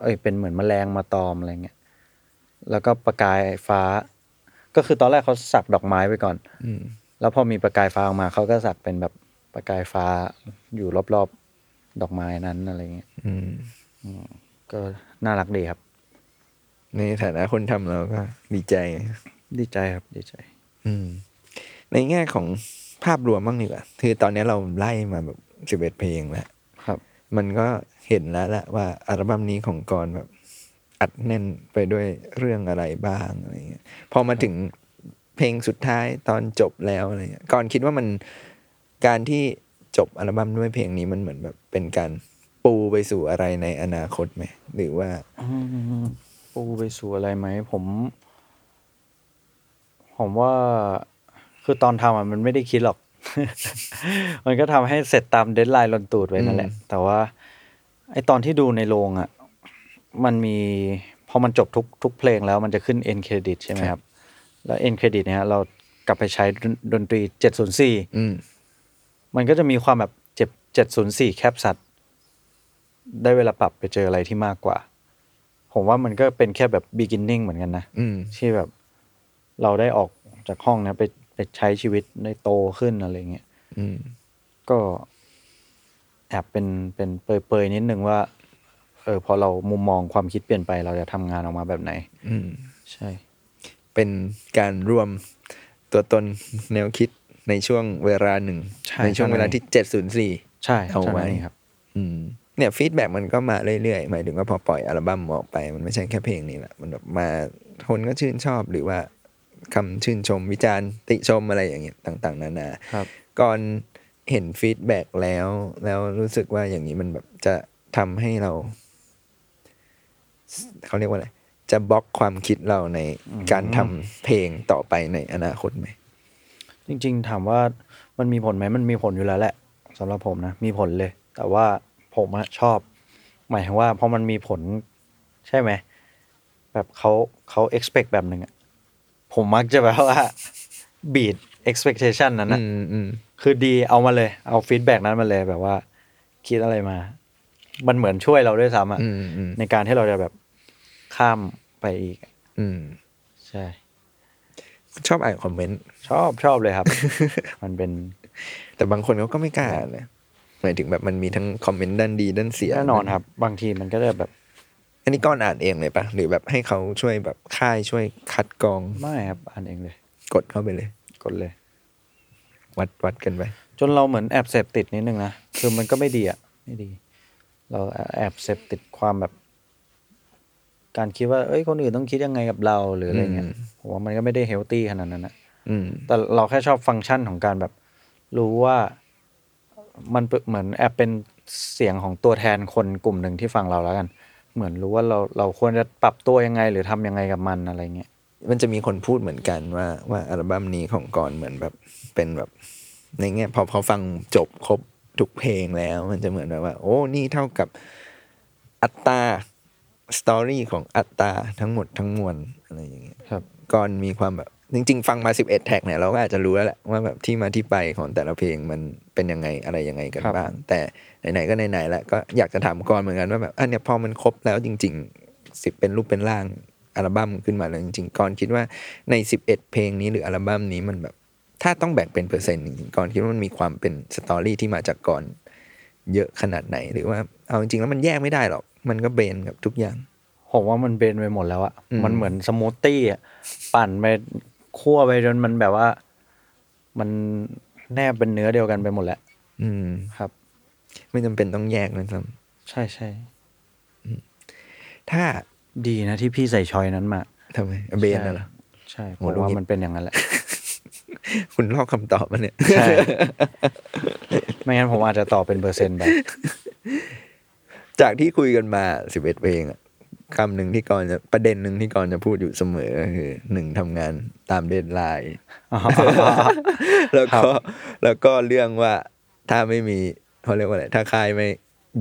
[SPEAKER 3] เอ้ยเป็นเหมือนแมลงมาตอมอะไรเงี้ย แล้วก็ประกายฟ้า ก็คือตอนแรกเขาสักดอกไม้ไปก่อน
[SPEAKER 2] อืม
[SPEAKER 3] แล้วพอมีประกายฟ้าออกมาเขาก็สักเป็นแบบประกายฟ้าอยู่รอบๆดอกไม้นั้นอะไรเงี้ย
[SPEAKER 2] อืม
[SPEAKER 3] ก็น่ารักดีครับ
[SPEAKER 2] ในฐานะคนทำเราก็ดีใจ
[SPEAKER 3] ดีใจครับดีใจ
[SPEAKER 2] อืม ในแง่ของภาพรวมบ้างดีกว่า คือตอนนี้เราไล่มาแบบสิบเอ็ดเพลงแล้ว
[SPEAKER 3] ครับ
[SPEAKER 2] มันก็เห็นแล้วแหละว่าอัลบั้มนี้ของกรณ์แบบอัดแน่นไปด้วยเรื่องอะไรบ้างอะไรเงี้ยพอมาถึงเพลงสุดท้ายตอนจบแล้วอะไรเงี้ยก่อนคิดว่ามันการที่จบอัลบั้มด้วยเพลงนี้มันเหมือนแบบเป็นการปูไปสู่อะไรในอนาคตไหมหรือว่า
[SPEAKER 3] ปูไปสู่อะไรไหมผม ผมว่าคือตอนทำอ่ะมันไม่ได้คิดหรอก มันก็ทำให้เสร็จตามเดดไลน์ลนตูดไว้นั่นแหละ
[SPEAKER 2] อืม
[SPEAKER 3] แต่ว่า ไอตอนที่ดูในโรงอ่ะ มันมีพอมันจบทุกทุกเพลงแล้วมันจะขึ้นเอ็นเครดิตใช่ไหมครับ แล้วเอ็นเครดิตเนี่ยเรากลับไปใช้ดนดนตรี 704
[SPEAKER 2] อืม
[SPEAKER 3] มันก็จะมีความแบบเจ็บเจ็ดศูนย์สี่แคบสัตว์ได้เวลาปรับไปเจออะไรที่มากกว่า ผมว่ามันก็เป็นแค่แบบ beginning เหมือนกันนะ
[SPEAKER 2] อืม
[SPEAKER 3] ที่แบบเราได้ออกจากห้องนะไปไปใช้ชีวิตได้โตขึ้นอะไรเงี้ย
[SPEAKER 2] อืม
[SPEAKER 3] ก็แอบเป็นเป็นเปรยๆนิดนึงว่า เออพอเรามุมมองความคิดเปลี่ยนไป เราจะทำงานออกมาแบบไหน
[SPEAKER 2] อืม
[SPEAKER 3] ใช่
[SPEAKER 2] เป็นการรวมตัวตนแนวคิดในช่วงเวลาหนึ่งในช่วงเวลาที่เจ็ดศูนย์สี่
[SPEAKER 3] ใช่
[SPEAKER 2] เอาไว้
[SPEAKER 3] ท่นั้นงครับ
[SPEAKER 2] อืมเนี่ยฟีดแบ็มันก็มาเรื่อยๆ หมายถึงว่าพอปล่อยอัลบั้มออกไป มันไม่ใช่แค่เพลงนี้แหละ มันแบบมาคนก็ชื่นชอบหรือว่าคำชื่นชมวิจารณ์ติชมอะไรอย่างเงี้ยต่างๆ นานา
[SPEAKER 3] ครับ
[SPEAKER 2] ก่อนเห็นฟีดแบ็แล้ว แล้วรู้สึกว่าอย่างนี้มันแบบจะทำให้เรา เขาเรียกว่าอะไร จะบล็อกความคิดเราในการทำเพลงต่อไปในอนาคตไหม
[SPEAKER 3] จริงๆ ถามว่ามันมีผลไหมมันมีผลอยู่แล้วแหละสำหรับผมนะ มีผลเลย แต่ว่าผมอะชอบ หมายถึงว่าพอมันมีผลใช่ไหม แบบเขาเขา expect แบบหนึ่งอะผมมักจะแบบว่า beat expectation นั้น
[SPEAKER 2] อื
[SPEAKER 3] นะ
[SPEAKER 2] มอืม
[SPEAKER 3] คือดีเอามาเลยเอา feedback นั้นมาเลยแบบว่า คิดอะไรมา มันเหมือนช่วยเราด้วยซ้ำอะ
[SPEAKER 2] อืมอืม
[SPEAKER 3] ในการที่เราจะแบบข้ามไปอีกอะ
[SPEAKER 2] อืม
[SPEAKER 3] ใช่
[SPEAKER 2] ชอบอ่านคอมเมนต์
[SPEAKER 3] ชอบชอบเลย ครับ มันเป็น
[SPEAKER 2] แต่บางคนเขาก็ไม่กล้าอ่านนะหมายถึงแบบมันมีทั้งคอมเมนต์ด้านดีด้านเสีย
[SPEAKER 3] แน่นอนครับ บางทีมันก็จะแบบ
[SPEAKER 2] อันนี้ก้อนอ่านเองเลยปะหรือแบบให้เขาช่วยแบบค่ายช่วยคัดกรอง
[SPEAKER 3] ไม่ครับอ่านเองเลย
[SPEAKER 2] กดเข้าไปเลย
[SPEAKER 3] กดเลย
[SPEAKER 2] วัดวัดกันไป
[SPEAKER 3] จนเราเหมือนแอบเสพติดนิดนึงนะ คือมันก็ไม่ดีอ่ะ ไม่ดี เราแอบเสพติดความแบบ การคิดว่า เอ้ย คนอื่นต้องคิดยังไงกับเราหรืออะไรเงี้ยผมว่ามันก็ไม่ได้เฮลตี้ขนาดนั้นนะ
[SPEAKER 2] อืม
[SPEAKER 3] แต่เราแค่ชอบฟังก์ชันของการแบบ รู้ว่ามันเป็นเหมือนแอบเป็นเสียงของตัวแทนคนกลุ่มหนึ่งที่ฟังเราแล้วกัน เหมือนรู้ว่าเราเราควรจะปรับตัวยังไง หรือทำยังไงกับมันอะไรเงี้ย
[SPEAKER 2] มันจะมีคนพูดเหมือนกันว่าว่าอัลบั้มนี้ของกอนเหมือนแบบเป็นแบบในแง่พอพอฟังจบครบทุกเพลงแล้ว มันจะเหมือนแบบว่า โอ้นี่เท่ากับอัตราสตอรี่ของอัตราทั้งหมดทั้งมวลอะไรอย่างเงี้ย
[SPEAKER 3] ครับ
[SPEAKER 2] กอนมีความแบบจริง ๆ ฟังมา 11 แท็กเนี่ยเราก็อาจจะรู้แล้วแหละว่าแบบที่มาที่ไปของแต่ละเพลงมันเป็นยังไงอะไรยังไงกัน
[SPEAKER 3] ครับ
[SPEAKER 2] บ้าง แต่ไหนๆก็ไหนๆแล้วก็อยากจะถามกอนเหมือนกันว่าแบบอันเนี้ยพอมันครบแล้วจริง ๆ สิบเป็นรูปเป็นร่างอัลบั้มขึ้นมาแล้วจริงๆก่อนคิดว่าในสิบเอ็ดเพลงนี้หรืออัลบั้มนี้มันแบบ ถ้าต้องแบ่งเป็นเปอร์เซ็นต์จริงๆก่อนคิดว่ามันมีความเป็นสตอรี่ที่มาจากก่อนเยอะขนาดไหน หรือว่าเอาจริงๆแล้วมันแยกไม่ได้หรอก มันก็เบนกับทุกอย่าง
[SPEAKER 3] ผมว่ามันเบนไปหมดแล้วอะ
[SPEAKER 2] อืม
[SPEAKER 3] มันเหมือนสมูทตี้อะปั่นไปคั่วไปจนมันแบบว่า มันแนบเป็นเนื้อเดียวกันไปหมดแล้ว
[SPEAKER 2] อืม
[SPEAKER 3] ครับ
[SPEAKER 2] ไม่จำเป็นต้องแยกนะครับ
[SPEAKER 3] ใช่ใช่
[SPEAKER 2] ถ้า
[SPEAKER 3] ดีนะที่พี่ใส่ชอยนั้นมา
[SPEAKER 2] ทำไมเบนน่ะเหรอ
[SPEAKER 3] ใช่ผ
[SPEAKER 2] โห
[SPEAKER 3] ม
[SPEAKER 2] ลูก
[SPEAKER 3] ว่า
[SPEAKER 2] นี้
[SPEAKER 3] มันเป็นอย่างนั้นแหละ
[SPEAKER 2] คุณลอกคำตอบมาเนี่ย
[SPEAKER 3] ใช่ ไม่งั้นผมอาจจะตอบเป็นเปอร์เซ็นต์ไป
[SPEAKER 2] จากที่คุยกันมาสิบเอ็ดเพลงอะคำหนึ่งที่ก่อนจะประเด็นหนึ่งที่ก่อนจะพูดอยู่เสมอก็คือหนึ่งทำงานตามเดทไลน์ แล้วก็แล้วก็เรื่องว่าถ้าไม่มีเขาเรียกว่าอะไรถ้าค่ายไม่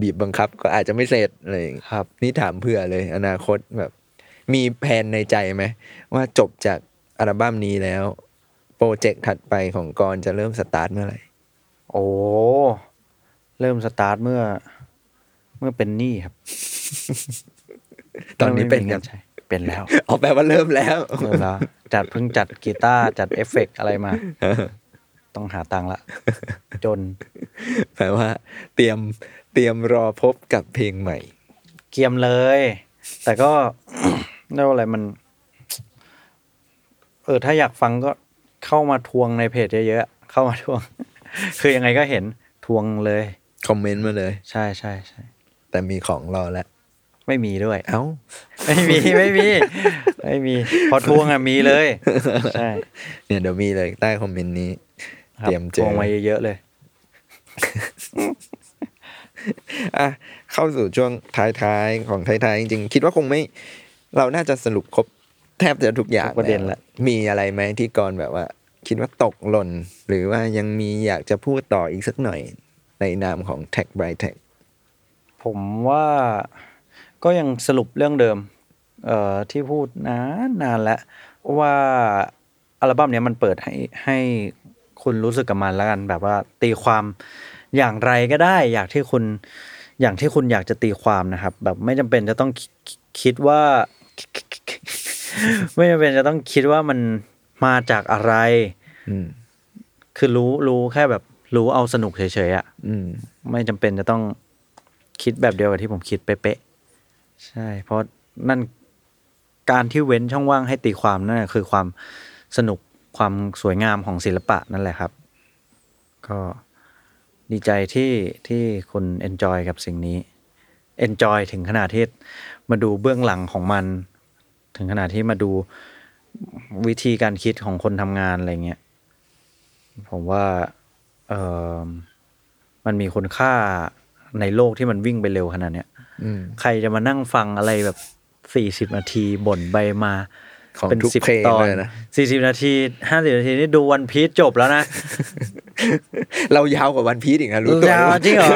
[SPEAKER 2] บีบบังคับ ก็อาจจะไม่เสร็จอะไรอย่างงี้
[SPEAKER 3] ครับ
[SPEAKER 2] นี่ถามเผื่อเลย อนาคตแบบ มีแผนในใจไหมว่าจบจากอัลบั้มนี้แล้ว โปรเจกต์ถัดไปของกรจะเริ่มสตาร์ทเมื่อไหร่
[SPEAKER 3] โอ้เริ่มสตาร์ทเมื่อ เมื่อเป็นหนี้ครับ
[SPEAKER 2] ตอนนี้เป็น
[SPEAKER 3] ริ่มไม่มี
[SPEAKER 2] กั
[SPEAKER 3] งิ
[SPEAKER 2] น
[SPEAKER 3] ใช่เป็นแล้ว
[SPEAKER 2] ออกแปลว่าเริ่มแล้ว
[SPEAKER 3] เริ่มแล้วจัดเพิ่งจัดกีตาร์จัดเอฟเฟกต์อะไรมา ต้องหาตังค์ละ จน
[SPEAKER 2] แปลว่า เตรียมเตรียมรอพบกับเพลงใหม่
[SPEAKER 3] เกรียมเลย แต่ก็ เรียกว่าอะไรมัน เออ ถ้าอยากฟังก็เข้ามาทวงในเพจเยอะๆเข้ามาทวง คือยังไงก็เห็นทวงเลย
[SPEAKER 2] คอมเมนต์มาเลย
[SPEAKER 3] ใช่ใช่ใช่
[SPEAKER 2] แต่มีของรอแล้ว
[SPEAKER 3] ไม่มีด้วย
[SPEAKER 2] เอ้า
[SPEAKER 3] ไม่มีไม่มี ไม่มี พอทวงอ่ะมีเลยใช่
[SPEAKER 2] เนี่ยเดี๋ยวมีเลยใต้คอมเมนต์นี้
[SPEAKER 3] ค
[SPEAKER 2] เต
[SPEAKER 3] บ
[SPEAKER 2] รียมเจ
[SPEAKER 3] ทว
[SPEAKER 2] อ
[SPEAKER 3] งมาเยอะๆเลย
[SPEAKER 2] อ่ะเข้าสู่ช่วงท้ายๆ ของท้ายๆ จริงๆ คิดว่าคงไม่ เราน่าจะสรุปครบแทบจะทุกอย่าง
[SPEAKER 3] ทุกประเด็นละ
[SPEAKER 2] มีอะไรไหมที่กรแบบว่า คิดว่าตกหล่น หรือว่ายังมีอยากจะพูดต่ออีกสักหน่อย ในนามของ Tech by Tech
[SPEAKER 3] ผมว่าก็ยังสรุปเรื่องเดิม เอ่อที่พูดนานนานแล้วว่าอัลบั้มเนี้ยมันเปิดให้ให้คุณรู้สึกกับมันแล้วกัน แบบว่าตีความอย่างไรก็ได้ อยากที่คุณอย่างที่คุณอยากจะตีความนะครับ แบบไม่จำเป็นจะต้องคิดคิดว่า ไม่จำเป็นจะต้องคิดว่ามันมาจากอะไร
[SPEAKER 2] อืม
[SPEAKER 3] คือรู้รู้แค่แบบรู้เอาสนุกเฉยๆอ่ะ
[SPEAKER 2] อืม
[SPEAKER 3] ไม่จำเป็นจะต้องคิดแบบเดียวกับที่ผมคิดเป๊ะๆใช่ เพราะนั่นการที่เว้นช่องว่างให้ตีความนั่นนะคือความสนุกความสวยงามของศิลปะนั่นแหละครับ ก็ดีใจที่ที่คุณ enjoy กับสิ่งนี้ enjoy ถึงขนาดที่มาดูเบื้องหลังของมัน ถึงขนาดที่มาดูวิธีการคิดของคนทำงานอะไรเงี้ยผมว่าเออ มันมีคุณค่าในโลกที่มันวิ่งไปเร็วขนาดเนี้ย
[SPEAKER 2] อืม
[SPEAKER 3] ใครจะมานั่งฟังอะไรแบบสี่สิบนาทีบ่นไปมา
[SPEAKER 2] ของทุกเพลงเลยนะ
[SPEAKER 3] สี่สิบนาทีห้าสิบนาทีนี่ดูวันพีชจบแล้วนะ
[SPEAKER 2] เรายาวกว่าวันพีซอีกนะรู้ตัวย
[SPEAKER 3] าวจริงเหรอ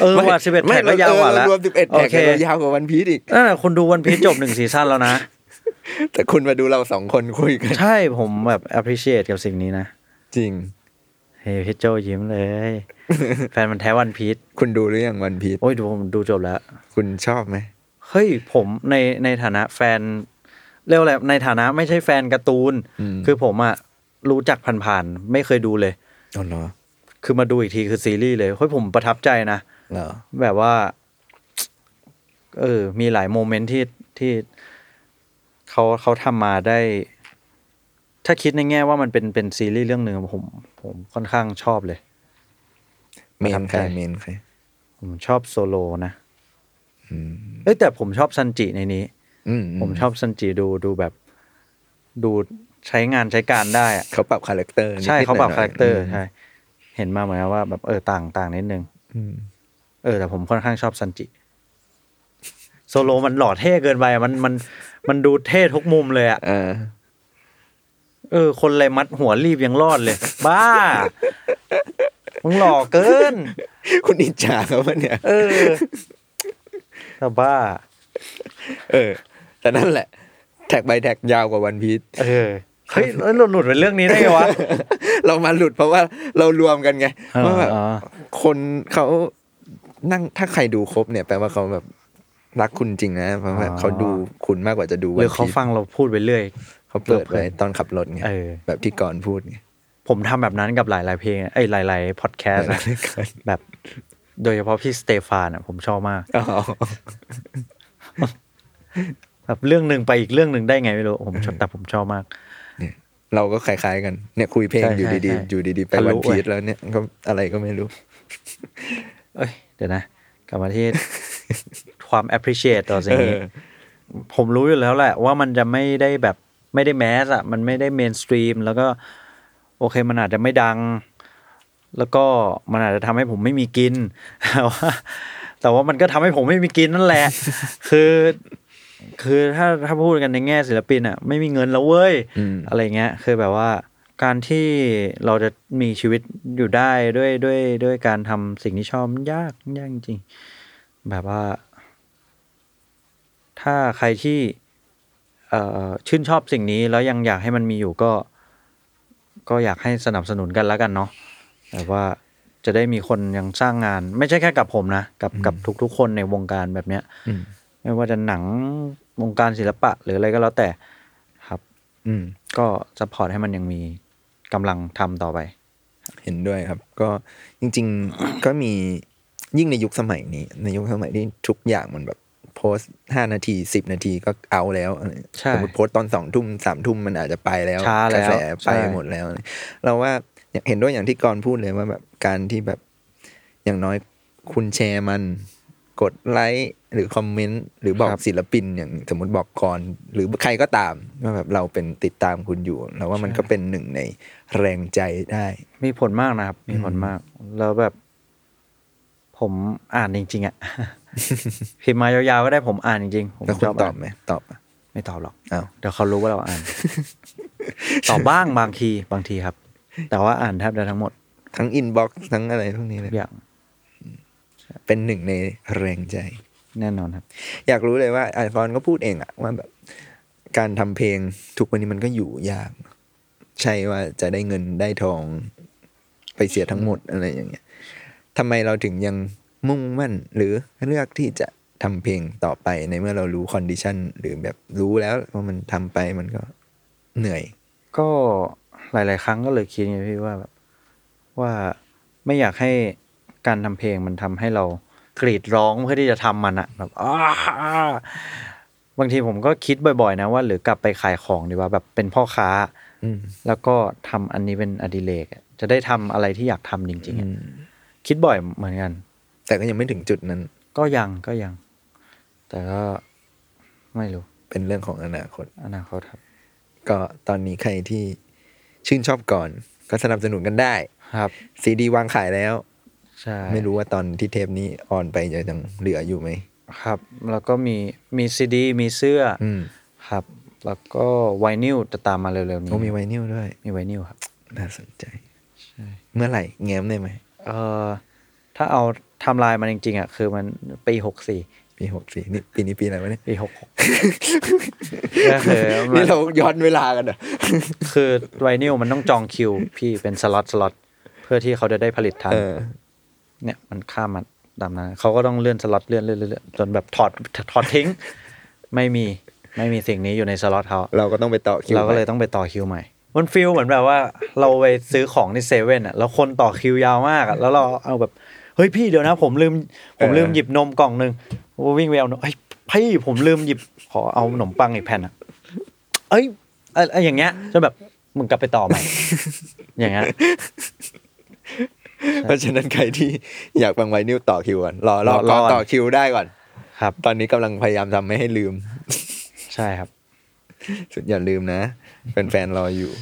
[SPEAKER 3] เออว่าสิบเอ็ดแผ่นก็ยาวกว่าแล้ว
[SPEAKER 2] รวมสิบเอ็ด
[SPEAKER 3] โอ
[SPEAKER 2] แผ่น
[SPEAKER 3] เค
[SPEAKER 2] เรายาวกว่าวันพีซอีก
[SPEAKER 3] นั่นแหละคนดูวันพีชจบหนึ่งซีซั่นแล้วนะ
[SPEAKER 2] แต่คุณมาดูเราสองคนคุยกัน
[SPEAKER 3] ใช่ผมแบบ appreciate กับสิ่งนี้นะ
[SPEAKER 2] จริง
[SPEAKER 3] เฮ้ยพี่โจยิ้มเลย แฟนมันแท้วันพีช
[SPEAKER 2] คุณดูหรือยังวันพีซ
[SPEAKER 3] โอ้ยดูผมดูจบแล้ว
[SPEAKER 2] คุณชอบไหม
[SPEAKER 3] เฮ้ยผมในในฐานะแฟน เรียกว่าอะไรในฐานะไม่ใช่แฟนการ์ตูน คือผมอะรู้จักผ่านๆ ไม่เคยดูเลย
[SPEAKER 2] อ๋อเหรอ
[SPEAKER 3] คือมาดูอีกทีคือซีรีส์เลยเฮ้ยผมประทับใจนะ
[SPEAKER 2] เหรอ
[SPEAKER 3] แบบว่า เออ มีหลายโมเมนต์ที่ที่เขาเขาทำมาได้ ถ้าคิดในแง่ว่ามันเป็นเป็นซีรีส์เรื่องหนึ่งผม ผมค่อนข้างชอบเลย
[SPEAKER 2] เม
[SPEAKER 3] ประทั
[SPEAKER 2] น
[SPEAKER 3] บ
[SPEAKER 2] ใค
[SPEAKER 3] ใจ
[SPEAKER 2] รเมนใคร
[SPEAKER 3] ผมชอบโซโลนะเอ้ยแต่ผมชอบซันจิในนี้
[SPEAKER 2] อื
[SPEAKER 3] ผมชอบซันจิดูดูแบบ ดูใช้งานใช้การได้อะ
[SPEAKER 2] เขาปรับคาแรคเตอร์นิดๆ
[SPEAKER 3] ใช่เขาปรับ
[SPEAKER 2] หน่ยๆ
[SPEAKER 3] คาแรคเตอร์
[SPEAKER 2] ม
[SPEAKER 3] ใช่เห็นมาเหมือนกันว่าแบบเออต่างต่างนิดนึง
[SPEAKER 2] อืม
[SPEAKER 3] เออแต่ผมค่อนข้างชอบซันจิ โซโลมันหล่อเท่เกินไปอะมันมันมันดูเท่ทุกมุมเลยอ่ะ
[SPEAKER 2] อ่ า
[SPEAKER 3] เออคนเลยมัดหัวรีบยังรอดเลย บ้า มึงหล่อเกิน
[SPEAKER 2] คุณอิจฉาเขาปะเนี่ย
[SPEAKER 3] เออแต่บ้า
[SPEAKER 2] เออ แต่นั่นแหละ แท็กใบแท็กยาวกว่าวันพีซ
[SPEAKER 3] เออเฮ้ยแล้วหลุดหลุดไปเรื่องนี้ได้ไงวะ
[SPEAKER 2] เรามาหลุดเพราะว่า เรารวมกันไง
[SPEAKER 3] อ่า
[SPEAKER 2] ว่าแบบ
[SPEAKER 3] อ่า
[SPEAKER 2] คนเขานั่งถ้าใครดูครบเนี่ยแปลว่าเขาแบบรักคุณจริงนะเพราะว่าเขาดูคุณมากกว่าจะดู
[SPEAKER 3] ห
[SPEAKER 2] วั
[SPEAKER 3] รื
[SPEAKER 2] น
[SPEAKER 3] อเขา
[SPEAKER 2] พีช
[SPEAKER 3] ฟังเราพูดไปเรื่อย
[SPEAKER 2] เขาเปิดไว้ตอนขับรถไง
[SPEAKER 3] เออ
[SPEAKER 2] แบบที่ก่อนพูดไง
[SPEAKER 3] ผมทำแบบนั้นกับหลาย ๆ เพลงไอ้ยหลาย ๆ พอดแคสต์นะแบบ โดยเฉพาะพี่สเตฟานอ่ะผมชอบมาก
[SPEAKER 2] อ๋อ
[SPEAKER 3] แบบเรื่องหนึ่งไปอีกเรื่องหนึ่งได้ไงไม่รู้ผมชอบแต่ผมชอบมาก
[SPEAKER 2] เราก็คล้ายๆกันเนี่ยคุยเพลง
[SPEAKER 3] ใช่
[SPEAKER 2] อยู่ดี
[SPEAKER 3] ใช่
[SPEAKER 2] ๆอยู่ดีๆ ไป
[SPEAKER 3] ทะลุ
[SPEAKER 2] วันพี
[SPEAKER 3] เว้
[SPEAKER 2] ช
[SPEAKER 3] ย
[SPEAKER 2] แล้วเนี่ยก็อะไรก็ไม่รู้
[SPEAKER 3] เอ้ย เดี๋ยวนะ กลับมา ที่ ความ appreciate ต่อสิ่งนี้
[SPEAKER 2] เออ
[SPEAKER 3] ผมรู้อยู่แล้วแหละ ว่ามันจะไม่ได้แบบไม่ได้แมสอะมันไม่ได้เมนสตรีม แล้วก็ โอเคมันอาจจะไม่ดัง แล้วก็มันอาจจะทำให้ผมไม่มีกิน แต่ว่าแต่ว่ามันก็ทำให้ผมไม่มีกินนั่นแห ละ คือ คือถ้าถ้าพูดกันในแง่ศิลปินอะไม่มีเงินแล้วเว้ย
[SPEAKER 2] อืม
[SPEAKER 3] อะไรเงี้ยคือแบบว่าการที่เราจะมีชีวิตอยู่ได้ด้วยด้วยด้วยการทำสิ่งที่ชอบมันยากมันยากจริงๆแบบว่า ถ้าใครที่ เอ่อชื่นชอบสิ่งนี้แล้วยังอยากให้มันมีอยู่ก็ ก็อยากให้สนับสนุนกันแล้วกันเนาะแบบว่าจะได้มีคนยังสร้างงาน ไม่ใช่แค่กับผมนะ กับกับทุกๆคนในวงการแบบเนี้ย
[SPEAKER 2] อืม
[SPEAKER 3] ไม่ว่าจะหนังวงการศิลปะ หรืออะไรก็แล้วแต่ครับ
[SPEAKER 2] อืม
[SPEAKER 3] ก็ซัพพอร์ตให้มันยังมีกำลังทำต่อไป
[SPEAKER 2] เห็นด้วยครับ ก็จริง ๆ ก็มียิ่งในยุคสมัยนี้ ในยุคสมัยที่ทุกอย่างมันแบบโพสห้านาทีสิบนาทีก็เอาแล้วอะไร
[SPEAKER 3] ใช่
[SPEAKER 2] สมมติโพสต์ตอนสองทุ่มสามทุ่มมันอาจจะไปแล้ว
[SPEAKER 3] ช้า
[SPEAKER 2] ก
[SPEAKER 3] แล้ว
[SPEAKER 2] ระแส
[SPEAKER 3] ใช่
[SPEAKER 2] ไปหมดแล้ว เราว่าเนี่ยเห็นด้วยอย่างที่กรณ์พูดเลยว่าแบบการที่แบบอย่างน้อยคุณแชร์มันกดไลค์หรือคอมเมนต์หรือบอกศิลปินอย่างสมมติบอกกรณ์หรือใครก็ตามว่าแบบเราเป็นติดตามคุณอยู่เราว่ามันก็เป็นหนึ่งในแรงใจได้
[SPEAKER 3] มีผลมากนะครับ มีผลมาก แล้วแบบ ผมอ่านจริง ๆอะ พิมพ์มายาวๆก็ได้ผมอ่านจริงๆผม
[SPEAKER 2] แล้วคุณ
[SPEAKER 3] ชบ
[SPEAKER 2] ตอบ
[SPEAKER 3] น
[SPEAKER 2] ไหมตอบปะ
[SPEAKER 3] ไม่ตอบหรอก
[SPEAKER 2] อ้าว
[SPEAKER 3] เดี๋ยวเขารู้ว่าเรา อ่าน ตอบบ้างบางทีบางทีครับ แต่ว่าอ่านแทบจะทั้งหมด
[SPEAKER 2] ทั้งอินบ็อกซ์ทั้งอะไรพวกนี้เลย
[SPEAKER 3] ทุกอย่าง
[SPEAKER 2] เป็นหนึ่งในแรงใจ
[SPEAKER 3] แน่นอนครับ
[SPEAKER 2] อยากรู้เลยว่าไอคอนก็พูดเองอะว่าแบบการทำเพลงทุกวันนี้มันก็อยู่ยาก ใช่ว่าจะได้เงินได้ทองไปเสียทั้งหมดอะไรอย่างเงี้ยทำไมเราถึงยังมุ่งมั่นหรือเลือกที่จะทำเพลงต่อไปในเมื่อเรารู้คอนดิชันหรือแบบรู้แล้วว่ามันทำไปมันก็เหนื่อย
[SPEAKER 3] ก็หลาย ๆ ครั้งก็เลยคิดไงพี่ว่าแบบว่าไม่อยากให้การทำเพลงมันทำให้เรากรีดร้องเพื่อที่จะทำมันอะแบบอ้าบางทีผมก็คิดบ่อย ๆ นะว่า หรือกลับไปขายของดีกว่าแบบเป็นพ่อค้า
[SPEAKER 2] อืม
[SPEAKER 3] แล้วก็ทำอันนี้เป็นอดิเรกอะจะได้ทำอะไรที่อยากทำจริง ๆอะ
[SPEAKER 2] อืม
[SPEAKER 3] คิดบ่อยเหมือนกัน
[SPEAKER 2] แต่ก็ยังไม่ถึงจุดนั้น
[SPEAKER 3] ก็ยังก็ยัง แต่ก็ไม่รู้
[SPEAKER 2] เป็นเรื่องของอนาคต
[SPEAKER 3] อนาคตครับ
[SPEAKER 2] ก็ตอนนี้ใครที่ชื่นชอบก่อนก็สนับสนุนกันได้
[SPEAKER 3] ครับ
[SPEAKER 2] ซีดีวางขายแล้ว
[SPEAKER 3] ใช่
[SPEAKER 2] ไม่รู้ว่าตอนที่เทปนี้ออนไปจะยังเหลืออยู่ไหม
[SPEAKER 3] ครับ แล้วก็มีมีซีดี มีเสื้ออ
[SPEAKER 2] อืม
[SPEAKER 3] ครับ แล้วก็ไวนิลจะตามมาเร็วๆนี้
[SPEAKER 2] ก็มีไวนิลด้วย
[SPEAKER 3] มีไวนิลครับ
[SPEAKER 2] น่าสนใจ เมื่อไหร่แง้มได้ไหม
[SPEAKER 3] เออถ้าเอาไทำลายมันจริงๆอ่ะคือมันปีหกสี่
[SPEAKER 2] ปีหกสี่นี่ปีนี้ปีอะไรวะเนี่ย
[SPEAKER 3] ปีหกหกก็ คือมั
[SPEAKER 2] นี่
[SPEAKER 3] น
[SPEAKER 2] เราย้อนเวลากันเหรอ
[SPEAKER 3] คือไวนิลมันต้องจองคิว พี่เป็นสล็อตสล็อตเพื่อที่เขาจะได้ผลิตทัน
[SPEAKER 2] เออ
[SPEAKER 3] เนี่ยมันข้ามมาตามนั้นเขาก็ต้องเลื่อนสล็อตเลื่อนเลื่อนเลื่อนจนแบบถอดถอดทิ้ง ไม่มีไม่มีสิ่งนี้อยู่ในสล็อตเขา
[SPEAKER 2] เราก็ต้องไปต่อคิว
[SPEAKER 3] เราก็เลยต้องไปต่อคิวใหม่ มันฟิลเหมือนแบบว่าเราไปซื้อของในเซเว่นอ่ะแล้วคนต่อคิวยาวมากอะแล้วเราเอาแบบเฮ้ยพี่เดี๋ยวนะ ผมลืมผมลืมหยิบนมกล่องหนึ่งวิ่งไปเอานมเฮ้ยพี่ผมลืมหยิบขอเอาขนมปังอีกแผ่นอ่ะเอ้ยอะไรอย่างเงี้ยจนแบบมึงกลับไปต่อใหม่ อย่างเงี้ย
[SPEAKER 2] เพราะฉะนั้นใครที่อยากฟังไวนิวต่อคิวก่อนรอรอ
[SPEAKER 3] ร
[SPEAKER 2] ก่
[SPEAKER 3] อ
[SPEAKER 2] อน
[SPEAKER 3] ก่อน
[SPEAKER 2] ต่อคิวได้ก่อน
[SPEAKER 3] ครับ
[SPEAKER 2] ตอนนี้กำลังพยายามทำไม่ให้ลืม
[SPEAKER 3] ใช่ครับ
[SPEAKER 2] สุดอย่าลืมนะแฟนๆรออยู่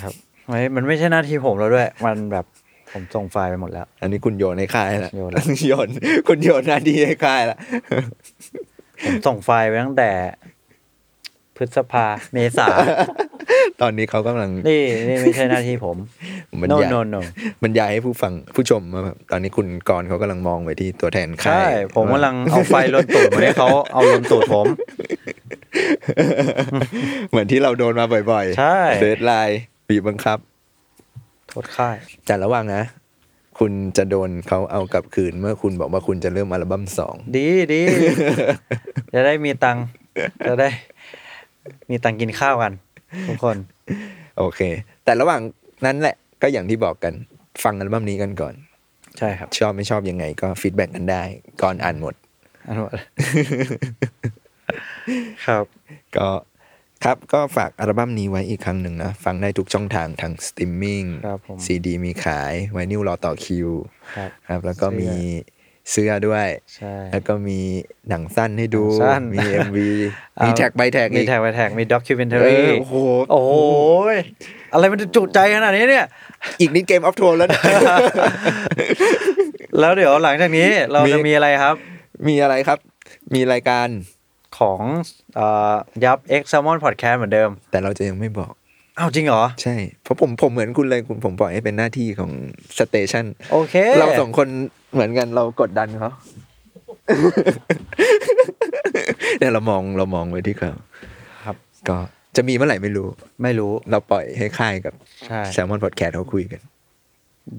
[SPEAKER 3] ครับไม่มันไม่ใช่หน้าที่ผมแล้วด้วย มันแบบผมส่งไฟล์ไปหมดแล้ว
[SPEAKER 2] อันนี้คุณโยนให้ค่ายละ
[SPEAKER 3] โยน
[SPEAKER 2] โยนคุณโยนหน้าที่ให้ค่ายละ
[SPEAKER 3] ผมส่งไฟล์ไปตั้งแต่ พฤษภาเมษา
[SPEAKER 2] ตอนนี้เขากำลัง
[SPEAKER 3] นี่นี่ไม่ใช่หน้าที่ผม
[SPEAKER 2] บรร
[SPEAKER 3] no
[SPEAKER 2] ยาย
[SPEAKER 3] no no
[SPEAKER 2] บรรยายให้ผู้ฟังผู้ชมว่าแบบตอนนี้คุณกรณ์เขากำลังมองไปที่ตัวแทนค่า
[SPEAKER 3] ใช่
[SPEAKER 2] ย
[SPEAKER 3] ผมกำลังเอาไฟลนตูดมาให้เขาเอาลนตูดผม
[SPEAKER 2] เหมือนที่เราโดนมาบ่อย
[SPEAKER 3] ใช่
[SPEAKER 2] เดทไลน์บีบบังคับ
[SPEAKER 3] โทษค่าย
[SPEAKER 2] แต่ระวังนะ คุณจะโดนเขาเอากลับคืนเมื่อคุณบอกว่าคุณจะเริ่มอัลบั้มสอง
[SPEAKER 3] ดีดี จะได้มีตังค์จะได้ มีตังค์กินข้าวกัน ทุกคน
[SPEAKER 2] โอเค แต่ระหว่างนั้นแหละก็อย่างที่บอกกันฟังอัลบั้มนี้กันก่อน
[SPEAKER 3] ใช่ครับ
[SPEAKER 2] ชอบไม่ชอบยังไงก็ฟีดแบ็กกันได้ ก่อนอ่านหมด
[SPEAKER 3] อันหมดครับ
[SPEAKER 2] ก็ครับก็ฝากอัลบั้มนี้ไว้อีกครั้งหนึ่งนะ ฟังได้ทุกช่องทางทางสตรีมมิ่ง
[SPEAKER 3] ครับผม
[SPEAKER 2] ซีดีมีขายไวนิลรอต่อคิว
[SPEAKER 3] ครับ
[SPEAKER 2] ครับ แล้วก็มีเสื้อด้วย
[SPEAKER 3] ใช่
[SPEAKER 2] แล้วก็มีหนังสั้นให้ดู
[SPEAKER 3] หนังสั้น
[SPEAKER 2] มี MV มีแท็กใบแท็ก
[SPEAKER 3] มี
[SPEAKER 2] อีก
[SPEAKER 3] แท็กไปแท็กมีด็อกิเมนเทอ
[SPEAKER 2] เอ
[SPEAKER 3] รี่
[SPEAKER 2] อโอ้โห
[SPEAKER 3] โอ้ยอะไรมันจะจุใจขนาดนี้เนี่ย
[SPEAKER 2] อีกนิดเกมออฟทวน แล้วนะ
[SPEAKER 3] แล้วเดี๋ยวหลังจากนี้เราจะ
[SPEAKER 2] มี
[SPEAKER 3] มีอะไรครับ
[SPEAKER 2] มีอะไรครับ มีรายการ
[SPEAKER 3] ของเอ่อยับ X Salmon Podcast เหมือนเดิม
[SPEAKER 2] แต่เราจะยังไม่บอก
[SPEAKER 3] อ้าวจริงเหรอ
[SPEAKER 2] ใช่เพราะผมผมเหมือนคุณเลยคุณผมปล่อยให้เป็นหน้าที่ของสเตชัน
[SPEAKER 3] โอเค
[SPEAKER 2] เราสองคนเหมือนกันเรากดดันเขา เดี๋ยวเรามองเรามองไว้ที่เขา
[SPEAKER 3] ครับ
[SPEAKER 2] ก็จะมีเมื่อไหร่ไม่รู้
[SPEAKER 3] ไม่รู้
[SPEAKER 2] เราปล่อยให้ค่ายกับ
[SPEAKER 3] ใช่
[SPEAKER 2] แซมมอนพอดแคสต์เขาคุยกัน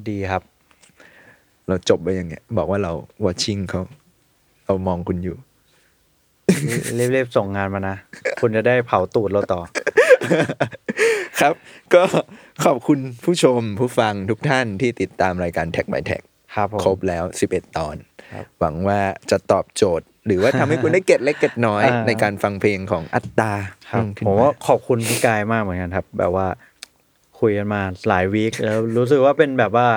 [SPEAKER 3] ดีครับ
[SPEAKER 2] เราจบไปอย่างเงี้ย บอกว่าเรา watching เขาเรามองคุณอยู่
[SPEAKER 3] รีบรีบๆส่งงานมานะ คุณจะได้เผาตูดเราต่อ
[SPEAKER 2] ครับ ก็ขอบคุณผู้ชมผู้ฟังทุกท่านที่ติดตามรายการแท็ก by แท็ก
[SPEAKER 3] ครับผม
[SPEAKER 2] ครบแล้ว 11 ตอน
[SPEAKER 3] ครับ
[SPEAKER 2] หวังว่าจะตอบโจทย์ หรือว่าทำให้คุณได้เก็ตเล็กเก็ตน้อย
[SPEAKER 3] อ่า
[SPEAKER 2] ในการฟังเพลงของอัตตา
[SPEAKER 3] ครับ
[SPEAKER 2] เพิ่งขึ้น
[SPEAKER 3] ผมว่าขอบคุณพี่กายมากเหมือนกันครับ แบบว่า คุยกันมาหลายวีคแล้วรู้สึกว่าเป็นแบบว่า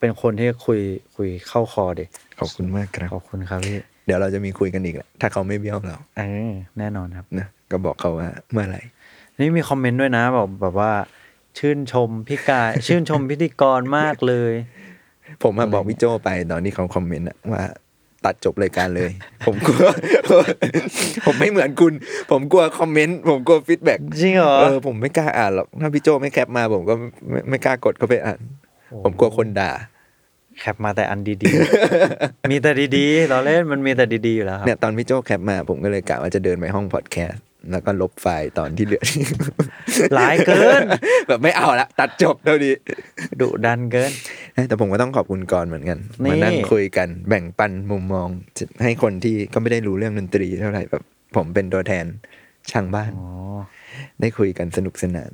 [SPEAKER 3] เป็นคนที่คุยคุยเข้าคอดิ
[SPEAKER 2] ขอบคุณมากครับ
[SPEAKER 3] ขอบคุณครับพี่
[SPEAKER 2] เดี๋ยวเราจะมีคุยกันอีกแหละ ถ้าเขาไม่เบี้ยวเรา
[SPEAKER 3] เออแน่นอนครับ
[SPEAKER 2] นะก็บอกเขาว่าเมื่อไหร่
[SPEAKER 3] นี่มีคอมเมนต์ด้วยนะแบบแบบว่า ชื่นชมพี่กาย ชื่นชมพิธีกรมากเลย
[SPEAKER 2] ผมมาบอกพี่โจไปตอนที่เขาคอมเมนต์อะว่า ตัดจบรายการเลย ผมกลัว ผมไม่เหมือนคุณ ผมกลัวคอมเมนต์ผมกลัวฟีดแบ็ก
[SPEAKER 3] จริงเหรอ
[SPEAKER 2] เออผมไม่กล้าอ่านหรอกถ้าพี่โจไม่แคปมา ผมก็ไม่ไม่กล้ากดเข้าไปอ่าน ผมกลัวคนด่า
[SPEAKER 3] แคปมาแต่อันดีๆ มีแต่ดีๆเราเล่นมันมีแต่ดีๆอยู่แล้วครับ
[SPEAKER 2] เนี่ยตอนพี่โจ้แคปมาผมก็เลยกะว่าจะเดินไปห้องพอดแคสต์แล้วก็ลบไฟล์ตอนที่เหลือ
[SPEAKER 3] หลายเกิ น
[SPEAKER 2] แบบไม่เอาละตัดจบเท่านี้
[SPEAKER 3] ดุดันเกิน
[SPEAKER 2] เอ้ยแต่ผมก็ต้องขอบคุณกรณ์เหมือนกัน
[SPEAKER 3] นี่
[SPEAKER 2] มานั่งคุยกันแบ่งปันมุมมอง ให้คนที่ก็ไม่ได้รู้เรื่องดนตรีเท่าไหร่แบบ ผมเป็นตัวแทนช่างบ้าน
[SPEAKER 3] อ๋อ
[SPEAKER 2] ได้คุยกันสนุกสนาน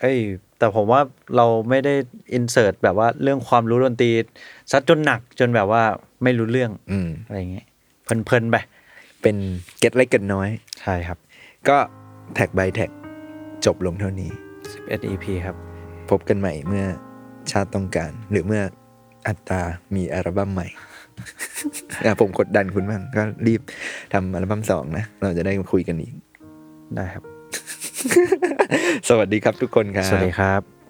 [SPEAKER 3] เอ้ย แต่ผมว่าเราไม่ได้อินเสิร์ตแบบว่าเรื่องความรู้ดนตรีซัดจนหนักจนแบบว่าไม่รู้เรื่อง
[SPEAKER 2] อืม
[SPEAKER 3] อะไรอย่างเงี้ยเพลินๆไป
[SPEAKER 2] เป็นเก็ตเล็กเกันน้อย
[SPEAKER 3] ใช่ครับ
[SPEAKER 2] ก็แท็กใบแท็กจบลงเท่านี้
[SPEAKER 3] 11 EP ครับ
[SPEAKER 2] พบกันใหม่เมื่อชาติต้องการ หรือเมื่ออัตตามีอัลบั้มใหม่ อ่ะผมกดดันคุณบ้างก็รีบทำอัลบั้มสองนะ เราจะได้คุยกันอีก
[SPEAKER 3] ได้ครับ
[SPEAKER 2] สวัสดีครับทุกคนครับ
[SPEAKER 3] สวัสดีครับ